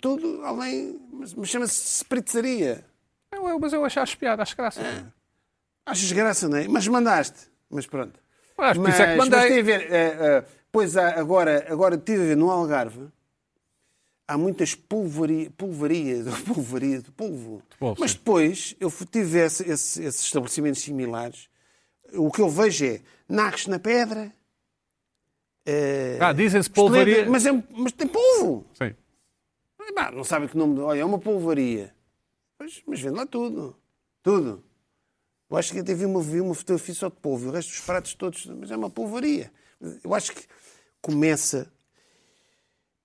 B: tudo além, mas mas chama-se Spritzaria.
A: Não, eu- mas eu acho acho piada, acho graça.
B: É. Achas graça, não é? Mas mandaste. Mas pronto.
A: Mas acho que por isso é que mandei.
B: mas tem a ver. eh, eh, pois há, agora, agora tive a ver no Algarve. Há muitas polvaria, polvarias, ou polvaria de polvo.
A: polvo,
B: Mas
A: sim.
B: depois eu fui- tive esse- esse- esses estabelecimentos similares. O que eu vejo é nacos na pedra. eh,
A: Ah, dizem-se polvaria.
B: estoleta, Mas, é, mas tem polvo.
A: Sim.
B: Pá, não sabem que nome. de- Olha, é uma polvaria. Mas, mas vende lá tudo. Tudo. Eu acho que até vi uma, vi uma fotografia só de polvo. e O resto dos pratos todos. Mas é uma polvaria. Eu acho que começa.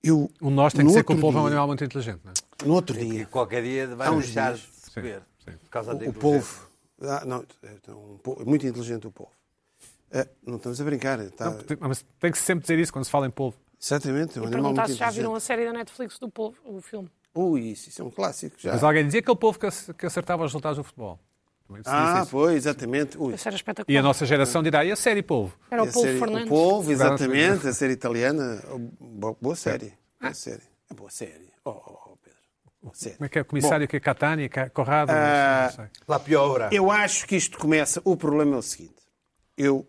B: Eu,
A: O nós tem que
B: no
A: ser que o
B: outro
A: povo é um
B: dia-
A: animal muito inteligente, não é?
B: No outro
C: E
B: dia,
C: qualquer dia vai
B: uns
C: deixar de
B: dias.
C: se ver.
A: sim.
C: Por causa da
B: o, o
C: inteligência.
B: polvo. Ah, não, é um polvo- é muito inteligente o polvo. Ah, não estamos a brincar. Está,
A: Tem- Mas tem que sempre dizer isso quando se fala em polvo.
B: exatamente. É um animal
D: Perguntar
B: muito
D: se já viram a
B: inteligente.
D: série da Netflix do povo, o filme.
B: Ui, isso, isso é um clássico já.
A: Mas alguém dizia aquele povo que ac- que acertava os resultados do futebol. Também se diz
B: Ah,
A: isso.
B: pois, exatamente. Ui,
D: Isso era é espetacular.
A: E a nossa geração dirá, e a série polvo?
D: Era
B: E
D: o
B: a
D: Paulo
B: série-
D: Fernandes.
B: O é Polvo, exatamente, a série italiana. Boa, boa série.
D: Ah.
B: Boa série. É boa série. Oh, oh, oh, Pedro. Boa série.
A: Como é que é o comissário que é Catani, que é Corrado?
B: Ah.
A: não sei.
C: La
A: é?
C: Piovra.
B: Eu acho que isto começa. O problema é o seguinte. Eu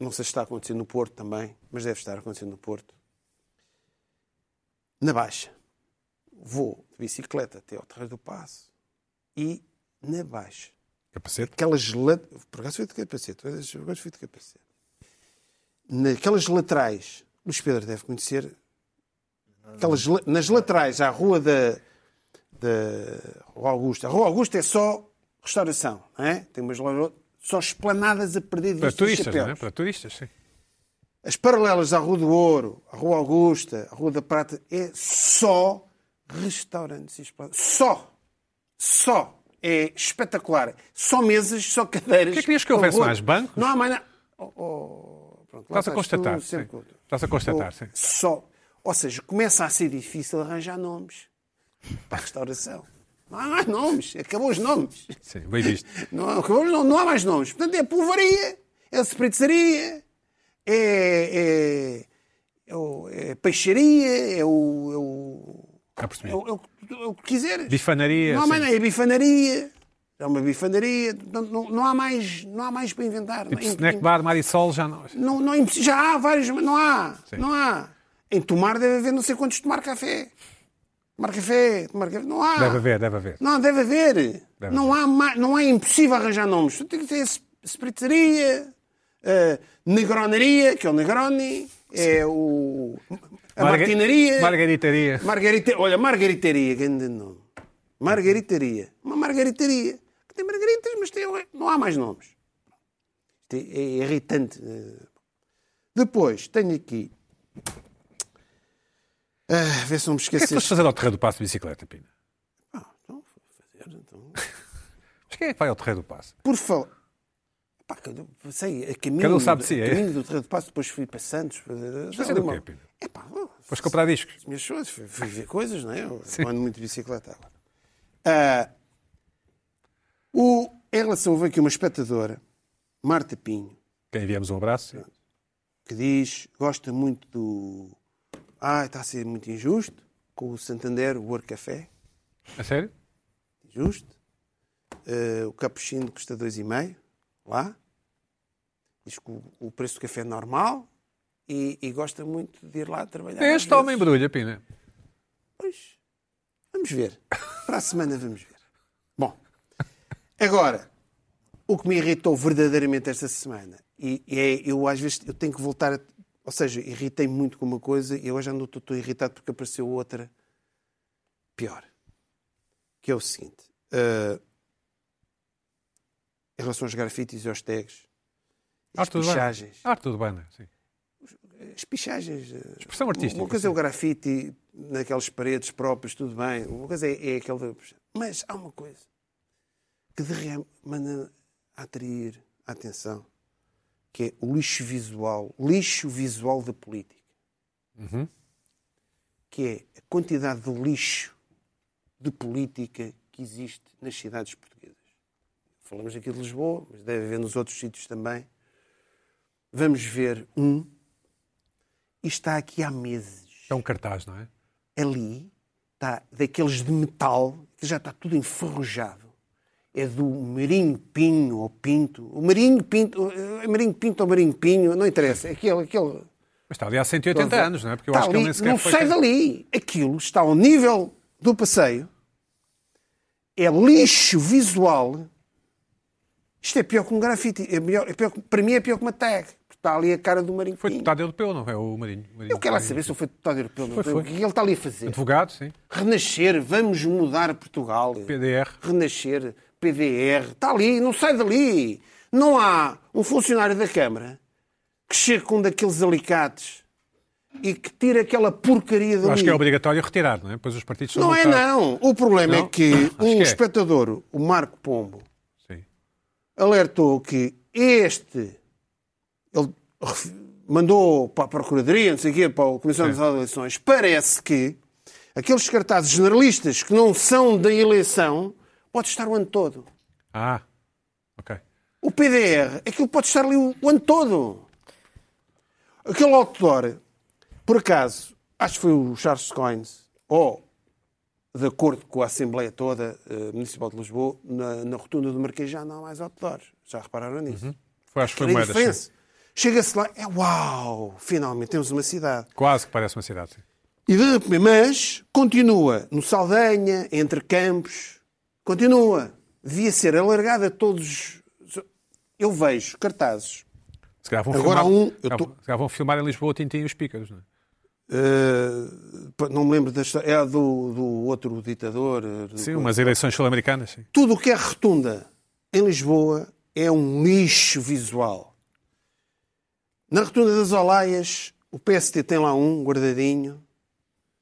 B: não sei se está acontecendo no Porto também, mas deve estar acontecendo no Porto. Na Baixa, vou de bicicleta até ao Terreiro do Passo e na Baixa
A: Capacete?
B: aquelas la- por acaso fui de capacete, por acaso fui de capacete. Naquelas laterais, Luís Pedro deve conhecer. Aquelas, la- nas laterais à rua da, da Rua Augusta. A Rua Augusta é só restauração, não é? Tem umas lojas só esplanadas a perder de
A: Para
B: vista dos
A: turistas, não é?
B: chapéus.
A: Para turistas, sim.
B: As paralelas à Rua do Ouro, à Rua Augusta, à Rua da Prata, é só restaurantes e esplanadas. Só! Só! É espetacular. Só mesas, só cadeiras.
A: O que é que querias que houvesse
B: Com
A: mais?
B: rua.
A: Bancos?
B: Não há mais nada. Oh, oh, pronto, lá
A: Estás a constatar,
B: tu sempre-
A: sim. Estás a constatar, sim.
B: Só. Ou seja, começa a ser difícil arranjar nomes para a restauração. Não há mais nomes. Acabou os nomes.
A: Sim, bem visto.
B: Não, há- não, não há mais nomes. Portanto, é polvaria, é spritzaria, é, é, é, o- é peixaria, é o, é, o,
A: Já
B: é,
A: percebi.
B: o, é o que tu- é o que quiseres.
A: Bifanaria,
B: Não há mais
A: sim.
B: nada. É bifanaria. É uma bifanaria. Não, não, não há, mais, não há mais para inventar.
A: Tipo
B: Não-
A: snack bar, marisol, já não...
B: não, não é impossível. já há vários, mas não há. Não há. Em Tomar deve haver não sei quantos tomar café. Tomar café, tomar café. Não há.
A: Deve haver, deve haver.
B: Não, deve haver. não, Há ma- não é impossível arranjar nomes. Tem que ter es- spritzaria, eh, negronaria, que é o Negroni, é o. A
A: Marga-
B: martinaria.
A: Margaritaria.
B: Margarita, olha, margaritaria, grande nome. Margaritaria. Uma margaritaria. Que tem margaritas, mas tem, não há mais nomes. Isto É é irritante. Depois, tenho aqui. Ah, vê se não me
A: O que é que
B: esqueces.
A: foste fazer ao Terreiro do Passo de bicicleta, Pina?
B: Ah, então, vou fazer, então.
A: Mas quem é que vai ao Terreiro do Passo?
B: Por falar. Pá, que eu não sei, a caminho,
A: Cada um sabe
B: do-
A: de si, é?
B: a caminho do Terreiro de Passo, depois fui para Santos. eh,
A: fazer o quê, Pina?
B: É pá,
A: Foste comprar discos?
B: minhas coisas, fui, fui ver coisas, não é? Eu ando muito de bicicleta agora. Ah, o, em relação, houve aqui uma espectadora, Marta Pinho,
A: Quem enviamos um abraço? sim.
B: que diz, gosta muito do... Ah, está a ser muito injusto com o Santander, o World Café,
A: A sério?
B: injusto. Ah, o capuchinho custa 2,5, lá. Diz que o, o preço do café é normal e, e gosta muito de ir lá trabalhar.
A: É
B: às
A: este homem
B: vezes.
A: embrulha, Pina.
B: Pois, vamos ver. Para a semana vamos ver. Bom, agora, o que me irritou verdadeiramente esta semana, e, e é, eu às vezes eu tenho que voltar, a- ou seja, irritei-me muito com uma coisa e eu hoje ando estou estou irritado porque apareceu outra pior. Que é o seguinte, eh, em relação aos grafites e aos tags, as
A: Arte urbana.
B: pichagens,
A: Arte urbana, sim.
B: as pichagens, eh,
A: Expressão
B: uma
A: artística.
B: coisa é o grafite, naquelas paredes próprias, tudo bem. Uma coisa é, é aquele. Mas há uma coisa que de re- manda atrair a atenção, que é o lixo visual, lixo visual da política.
A: Uhum.
B: Que é a quantidade de lixo de política que existe nas cidades portuguesas. Falamos aqui de Lisboa, mas deve haver nos outros sítios também. Vamos ver um. E está aqui há meses
A: É um cartaz, não é?
B: ali está daqueles de metal que já está tudo enferrujado. É do marinho pinho ou pinto. O marinho pinto, é marinho pinto ou marinho pinho, não interessa. Aquele, aquele.
A: Mas está ali há 180 anos, não é? Porque eu
B: Está
A: acho que ele
B: ali,
A: nem sequer
B: não
A: foi.
B: sai
A: can-
B: dali. Aquilo está ao nível do passeio. É lixo visual. Isto é pior que um grafite. É melhor, é pior que- para mim é pior que uma tag. Porque está ali a cara do marinho
A: Foi
B: pinho.
A: deputado europeu, não é? O Marinho. Marinho
B: Eu quero lá
A: Marinho.
B: saber se ele foi deputado europeu. não
A: Foi, Então foi.
B: foi. O que é que ele está ali a fazer?
A: Advogado, sim.
B: Renascer, vamos mudar Portugal.
A: PDR.
B: Renascer, PDR, está tá ali, não sai dali. Não há um funcionário da Câmara que chegue com um daqueles alicates e que tire aquela porcaria
A: Eu
B: dali.
A: acho que é obrigatório retirar, não é? Pois os partidos são
B: Não é
A: multados.
B: não. O problema
A: Não?
B: é que
A: Acho
B: um
A: que é.
B: espectador, o Marco Pombo,
A: Sim.
B: alertou que este ele ref- mandou para a Procuradoria, não sei o quê, para a Comissão das Eleições. Parece que aqueles cartazes generalistas que não são da eleição pode estar o ano todo.
A: Ah, ok.
B: O PDR, aquilo pode estar ali o o ano todo. Aquele outdoor, por acaso, acho que foi o Charles Coins, ou de acordo com a Assembleia toda eh, Municipal de Lisboa, na, na rotunda do Marquês já não há mais outdoors. Já repararam nisso?
A: Foi, acho que foi
B: Olha é a
A: moedas. sim.
B: diferença. Chega-se lá, é uau, finalmente temos uma cidade.
A: Quase que parece uma cidade. sim.
B: E de repente, mas continua no Saldanha, entre campos, continua. Devia ser alargada a todos. os- Eu vejo cartazes.
A: Se calhar vão
B: Agora
A: filmar...
B: há um, eu
A: se calhar-
B: tô-
A: se calhar vão filmar em Lisboa o Tintim e os Pícaros, não é?
B: eh, pá, não me lembro da história. É a do, do outro ditador. eh, do-
A: Sim, umas eleições sul-americanas, sim.
B: Tudo o que é rotunda em Lisboa é um lixo visual. Na rotunda das Olaias, o PST tem lá um guardadinho,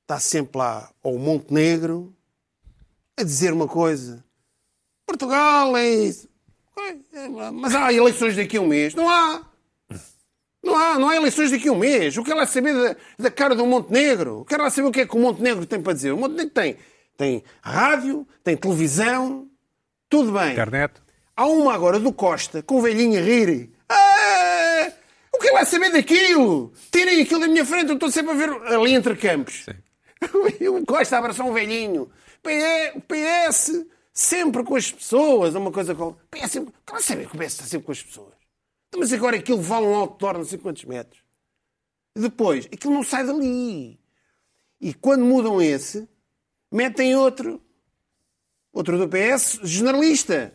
B: está sempre lá, ou o Monte Negro, a dizer uma coisa. Portugal é isso. Ok, é lá, Mas há eleições daqui a um mês. Não há. Não há, não há eleições daqui a um mês. Eu quero lá saber da, da cara do Montenegro. Eu quero lá saber o que é que o Montenegro tem para dizer. O Montenegro tem, tem rádio, tem televisão, tudo bem.
A: Internet.
B: Há uma agora do Costa, com o velhinho a rir. Ah, o que é lá saber daquilo? Tirem aquilo da minha frente, eu estou sempre a ver ali entre campos. E o Costa abraçou um velhinho. PE, O PS sempre com as pessoas, é uma coisa com. PS, sempre- quer lá saber que o PS está sempre com as pessoas. Então, Mas agora aquilo vale um outdoor não sei quantos metros. E depois, aquilo não sai dali. E quando mudam esse, metem outro outro do PS, generalista.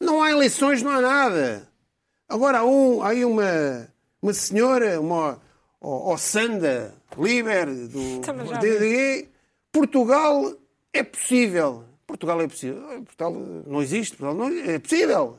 B: Não há eleições, não há nada. Agora há, um, há aí uma, uma senhora, uma o- Ossanda, líder do
D: Também já
B: DDE. Portugal é possível. Portugal é possível. Portugal não existe, Portugal não, é possível.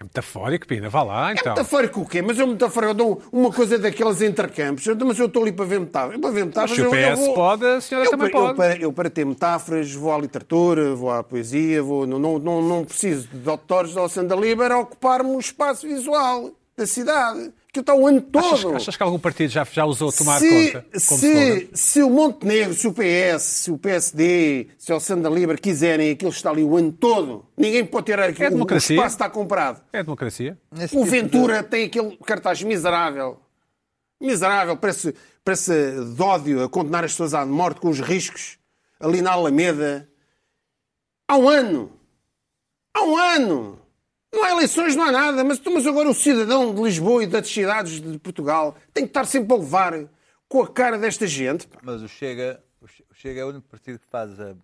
A: É metafórico, Pina. Vá lá,
B: É
A: então.
B: metafórico o quê? Mas eu metafórico, eu dou uma coisa daquelas intercampos. Eu- Mas eu estou ali para ver metáforas. Para ver metáforas
A: se o
B: eu- eu
A: PS
B: vou-
A: pode, a senhora
B: eu,
A: também
B: para- eu
A: pode.
B: para, eu para ter metáforas vou à literatura, vou à poesia, vou, não, não, não, não preciso de doutores ou Sandaliber a ocupar-me o espaço visual da cidade, que eu estou o ano
A: Achas,
B: todo.
A: achas que algum partido já, já usou tomar
B: se,
A: conta? Como slogan?
B: se, se o Montenegro, se o PS, se o PSD, se o Sandaliber quiserem, aquilo está ali o ano todo. Ninguém pode ter aquilo.
A: É
B: o- o
A: democracia.
B: espaço está comprado.
A: É a democracia.
C: Nesse
B: O
C: tipo de-
B: Ventura tem aquele cartaz miserável. Miserável, parece, parece de ódio a condenar as pessoas à morte com os riscos ali na Alameda. Há um ano. Há um ano. Não há eleições, não há nada. Mas, mas agora o cidadão de Lisboa e das cidades de Portugal tem que estar sempre a levar com a cara desta gente. pá.
C: Mas o Chega, o Che- o Chega é o único partido que faz a-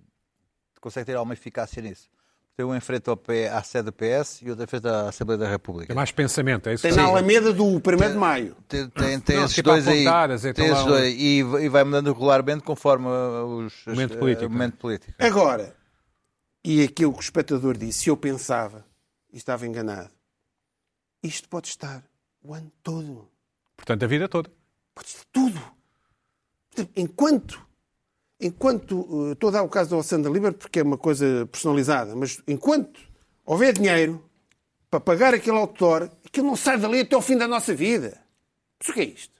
C: consegue ter alguma eficácia nisso. Tem um em frente ao P, à sede do PS e outro em frente à Assembleia da República.
A: É mais pensamento, é isso
B: Tem
A: que
B: na
A: se diz.
B: Alameda do 1 de Maio.
C: Tem, tem, tem
A: Não,
C: esses
A: tipo,
C: dois aí.
A: apontar, dizer,
C: Tem
A: tá lá
C: esses
A: um-
C: dois, e, v- e vai mudando regularmente conforme ah, os, as-
A: Momento
C: ah,
A: político,
C: o momento político.
B: Agora, e aquilo que o espectador disse, eu pensava e estava enganado. Isto pode estar o ano todo.
A: Portanto, a vida toda.
B: Pode estar tudo. Portanto, Enquanto enquanto. eh, Estou a dar o caso do Alessandro Liber porque é uma coisa personalizada, mas enquanto houver dinheiro para pagar aquele outdoor, aquilo não sai dali até ao fim da nossa vida. Mas o que é isto?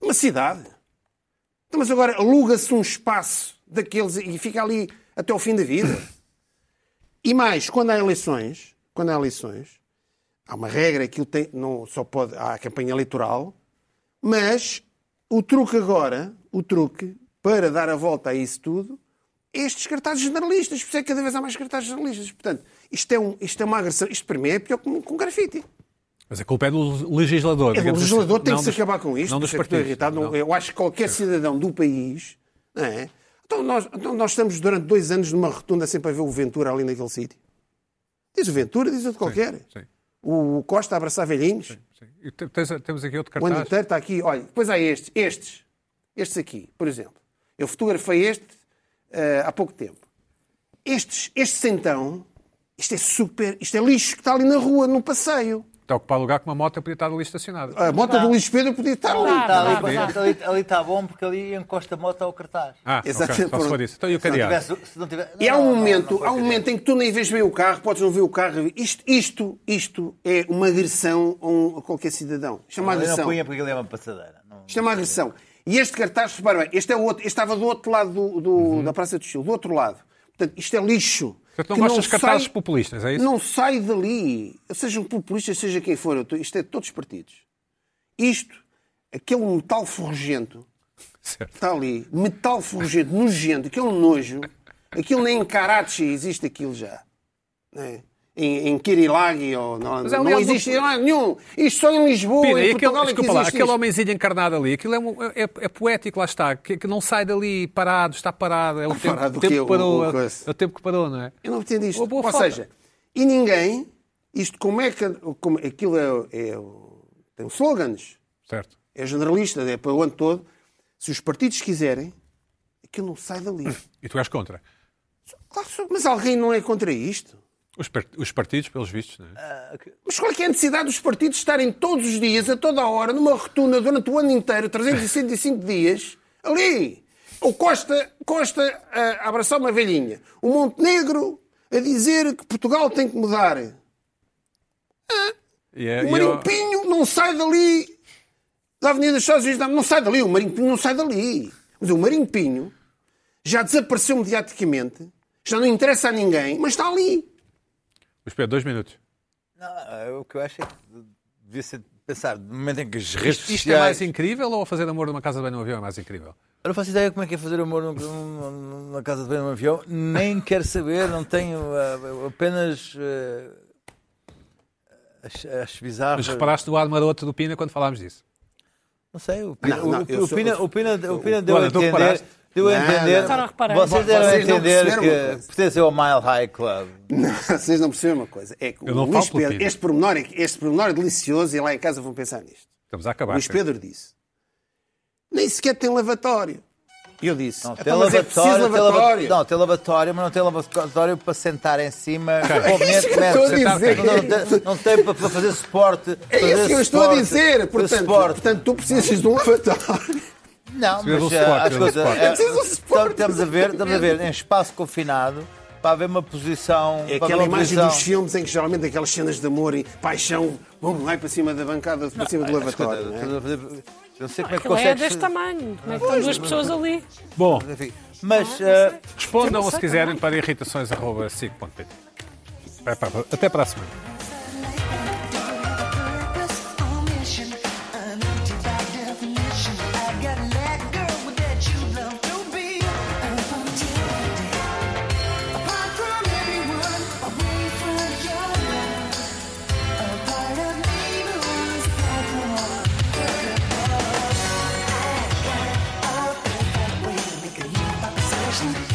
B: Uma cidade. Então, mas agora aluga-se um espaço daqueles e fica ali até ao fim da vida. E mais, quando há eleições, quando há eleições, há uma regra, aquilo tem, não só pode, há a campanha eleitoral, mas o truque agora, o truque para dar a volta a isso tudo, é estes cartazes generalistas, por isso é que cada vez há mais cartazes generalistas. Portanto, isto é, um, isto é uma agressão, isto para mim é pior que um, que um grafite.
A: Mas a culpa é do legislador.
B: É, o
A: digamos assim.
B: legislador tem
A: Não
B: que se
A: dos-
B: acabar com isto.
A: Não
B: por
A: dos
B: isso é que estou
A: partidos.
B: irritado. Não-
A: Não.
B: Eu acho que qualquer cidadão do país. Não é? então, nós, então nós estamos durante dois anos numa rotunda sempre a ver o Ventura ali naquele sítio. Diz o Ventura, diz outro qualquer.
A: sim.
B: O Costa a abraçar velhinhos.
A: Sim. E te- tens- Temos aqui outro
B: O
A: cartaz.
B: Andreteiro está tá aqui. Olha, depois há estes. Estes. Estes aqui, por exemplo. Eu fotografei este eh, há pouco tempo. Estes, estes então, isto é super. Isto é lixo que está ali na rua, num passeio.
A: Está a ocupar lugar que uma moto podia estar ali estacionada.
B: A moto do Luís Pedro podia estar ali.
D: Claro.
C: Está ali,
D: Ah,
C: mas
D: claro.
C: ali- ali está bom porque ali encosta a moto ao cartaz.
A: Ah, ok.
B: Exatamente.
A: Só se for isso. Então e o cadeado?
C: tivesse- se não tivesse-
B: E há
C: não,
B: um
C: não, não, não
B: momento, há
C: foi
B: um
C: cadeado.
B: momento em que tu nem vês bem o carro, podes não ver o carro. Isto, isto, isto é uma agressão a, um- a qualquer cidadão. Isto é uma
C: Eu não
B: agressão.
C: punha porque ele é uma passadeira. Não-
B: Isto é uma agressão. E este cartaz, repara bem, este, é o outro, este estava do outro lado do, do-
A: Uhum.
B: da Praça do Chile, do outro lado. Portanto, isto é lixo.
A: Portanto, não
B: que
A: Então gostas de cartazes
B: sai-
A: populistas, é isso?
B: Não sai dali. Sejam populistas, seja quem for, eu estou- isto é de todos os partidos. Isto, aquele metal forjento,
A: Certo.
B: está ali, metal forjento, nojento, aquele nojo, aquilo nem em Karachi existe aquilo já. não é? Em, em Kirilagi ou não,
A: Mas, é
B: não
A: aliás,
B: existe em lado nenhum. Isto só em Lisboa,
A: Pina, e
B: em
A: aquele,
B: Portugal é que
A: desculpa lá,
B: existe
A: aquele
B: isto.
A: homenzinho encarnado ali, aquilo é, um- é- é poético, lá está, que, que não sai dali parado, está parado, é o tempo,
B: parado o
A: tempo
B: quê?
A: que parou,
B: O- o
A: é-
B: coisa.
A: é o tempo que parou, não é?
B: Eu não pretendo isto.
A: Uma boa
B: Ou
A: foto.
B: seja, e ninguém, isto como é que. Como, aquilo é, é o- tem slogans,
A: Certo.
B: é generalista, é para o ano todo. Se os partidos quiserem, aquilo não sai dali.
A: E tu és contra?
B: Claro, que sou, mas alguém não é contra isto.
A: Os, par- os partidos, pelos vistos, não é?
B: Mas qual é, que é a necessidade dos partidos estarem todos os dias, a toda a hora, numa rotunda durante o ano inteiro, 365 dias, ali? O Costa, Costa a abraçar uma velhinha. O Montenegro a dizer que Portugal tem que mudar.
A: E é-
B: O
A: e
B: Marinho
A: eu-
B: Pinho não sai dali da Avenida dos Estados Unidos. Não sai dali. O Marinho Pinho não sai dali. Mas o Marinho Pinho já desapareceu mediaticamente, já não interessa a ninguém, mas está ali.
A: Luís Pedro, dois minutos.
C: Não, é o que eu acho é que devia ser pensar, no momento em que as redes
A: Isto,
C: sociais...
A: isto é mais incrível ou fazer amor numa casa de banho num avião é mais incrível?
C: Eu não faço ideia como é que é fazer amor num- num- na casa de banho num avião, nem quero saber, não tenho ah, eu apenas... ah, acho, acho bizarro.
A: Mas reparaste no ar maroto do Pina quando falámos disso?
C: Não sei, o Pina,
B: Não, não,
C: o-
B: eu
C: o
B: sou-
C: Pina,
B: eu-
C: o Pina, o Pina deu a
A: Olha, tu
C: entender...
A: reparaste?
C: Deu a
B: Não, não,
C: entender...
B: não.
D: Não reparei.
C: Vocês deram a
B: Vocês não
C: entender
B: perceberam uma
C: que
B: coisa.
C: pertencem ao Mile High Club.
B: Vocês não percebem uma coisa. É que
A: Eu
B: o
A: não
B: Luís
A: falo pelo
B: Pedro,
A: Pina.
B: este pormenor, é- este pormenor é delicioso e lá em casa vão pensar nisto.
A: Estamos a acabar.
B: Luís
A: Pedro.
B: Pedro disse: nem sequer tem lavatório. E eu disse:
C: Não,
B: "Então,
C: tem
B: mas é preciso
C: lavatório, tem lavatório.
B: lavatório.
C: Não, tem lavatório, mas não tem lavatório para sentar em cima. com
B: É isso que eu estou a
C: metros.
B: dizer.
C: Não, não tem, não tem para para fazer suporte.
B: É isso
C: fazer
B: que eu estou a
C: suporte,
B: dizer.
C: fazer
B: Portanto,
C: suporte.
B: portanto, tu precisas de um lavatório.
C: Não,
A: Precisa de um
C: mas
A: suporte,
C: eh, as
A: precisa de um
C: coisas.
A: suporte.
C: eh,
B: Precisa de um suporte.
C: Estamos a ver, estamos a ver em espaço confinado para haver uma posição.
B: É
C: para haver
B: aquela
C: uma
B: imagem
C: posição.
B: dos filmes em que geralmente aquelas cenas de amor e paixão vão lá para cima da bancada, para cima do lavatório. não é?
C: Não sei como é que
D: Aquilo é
C: consegues.
D: deste tamanho. Como é que estão duas pessoas ali?
A: Bom,
C: enfim, Mas eh,
A: respondam se quiserem para irritações.sic.pt. Até para a semana.
E: Purpose on mission, an empty by definition. I gotta let go with that you love to be. Up until the day. Apart from everyone, away from your love. A part of me belongs back home. I got all things that way to make a new obsession.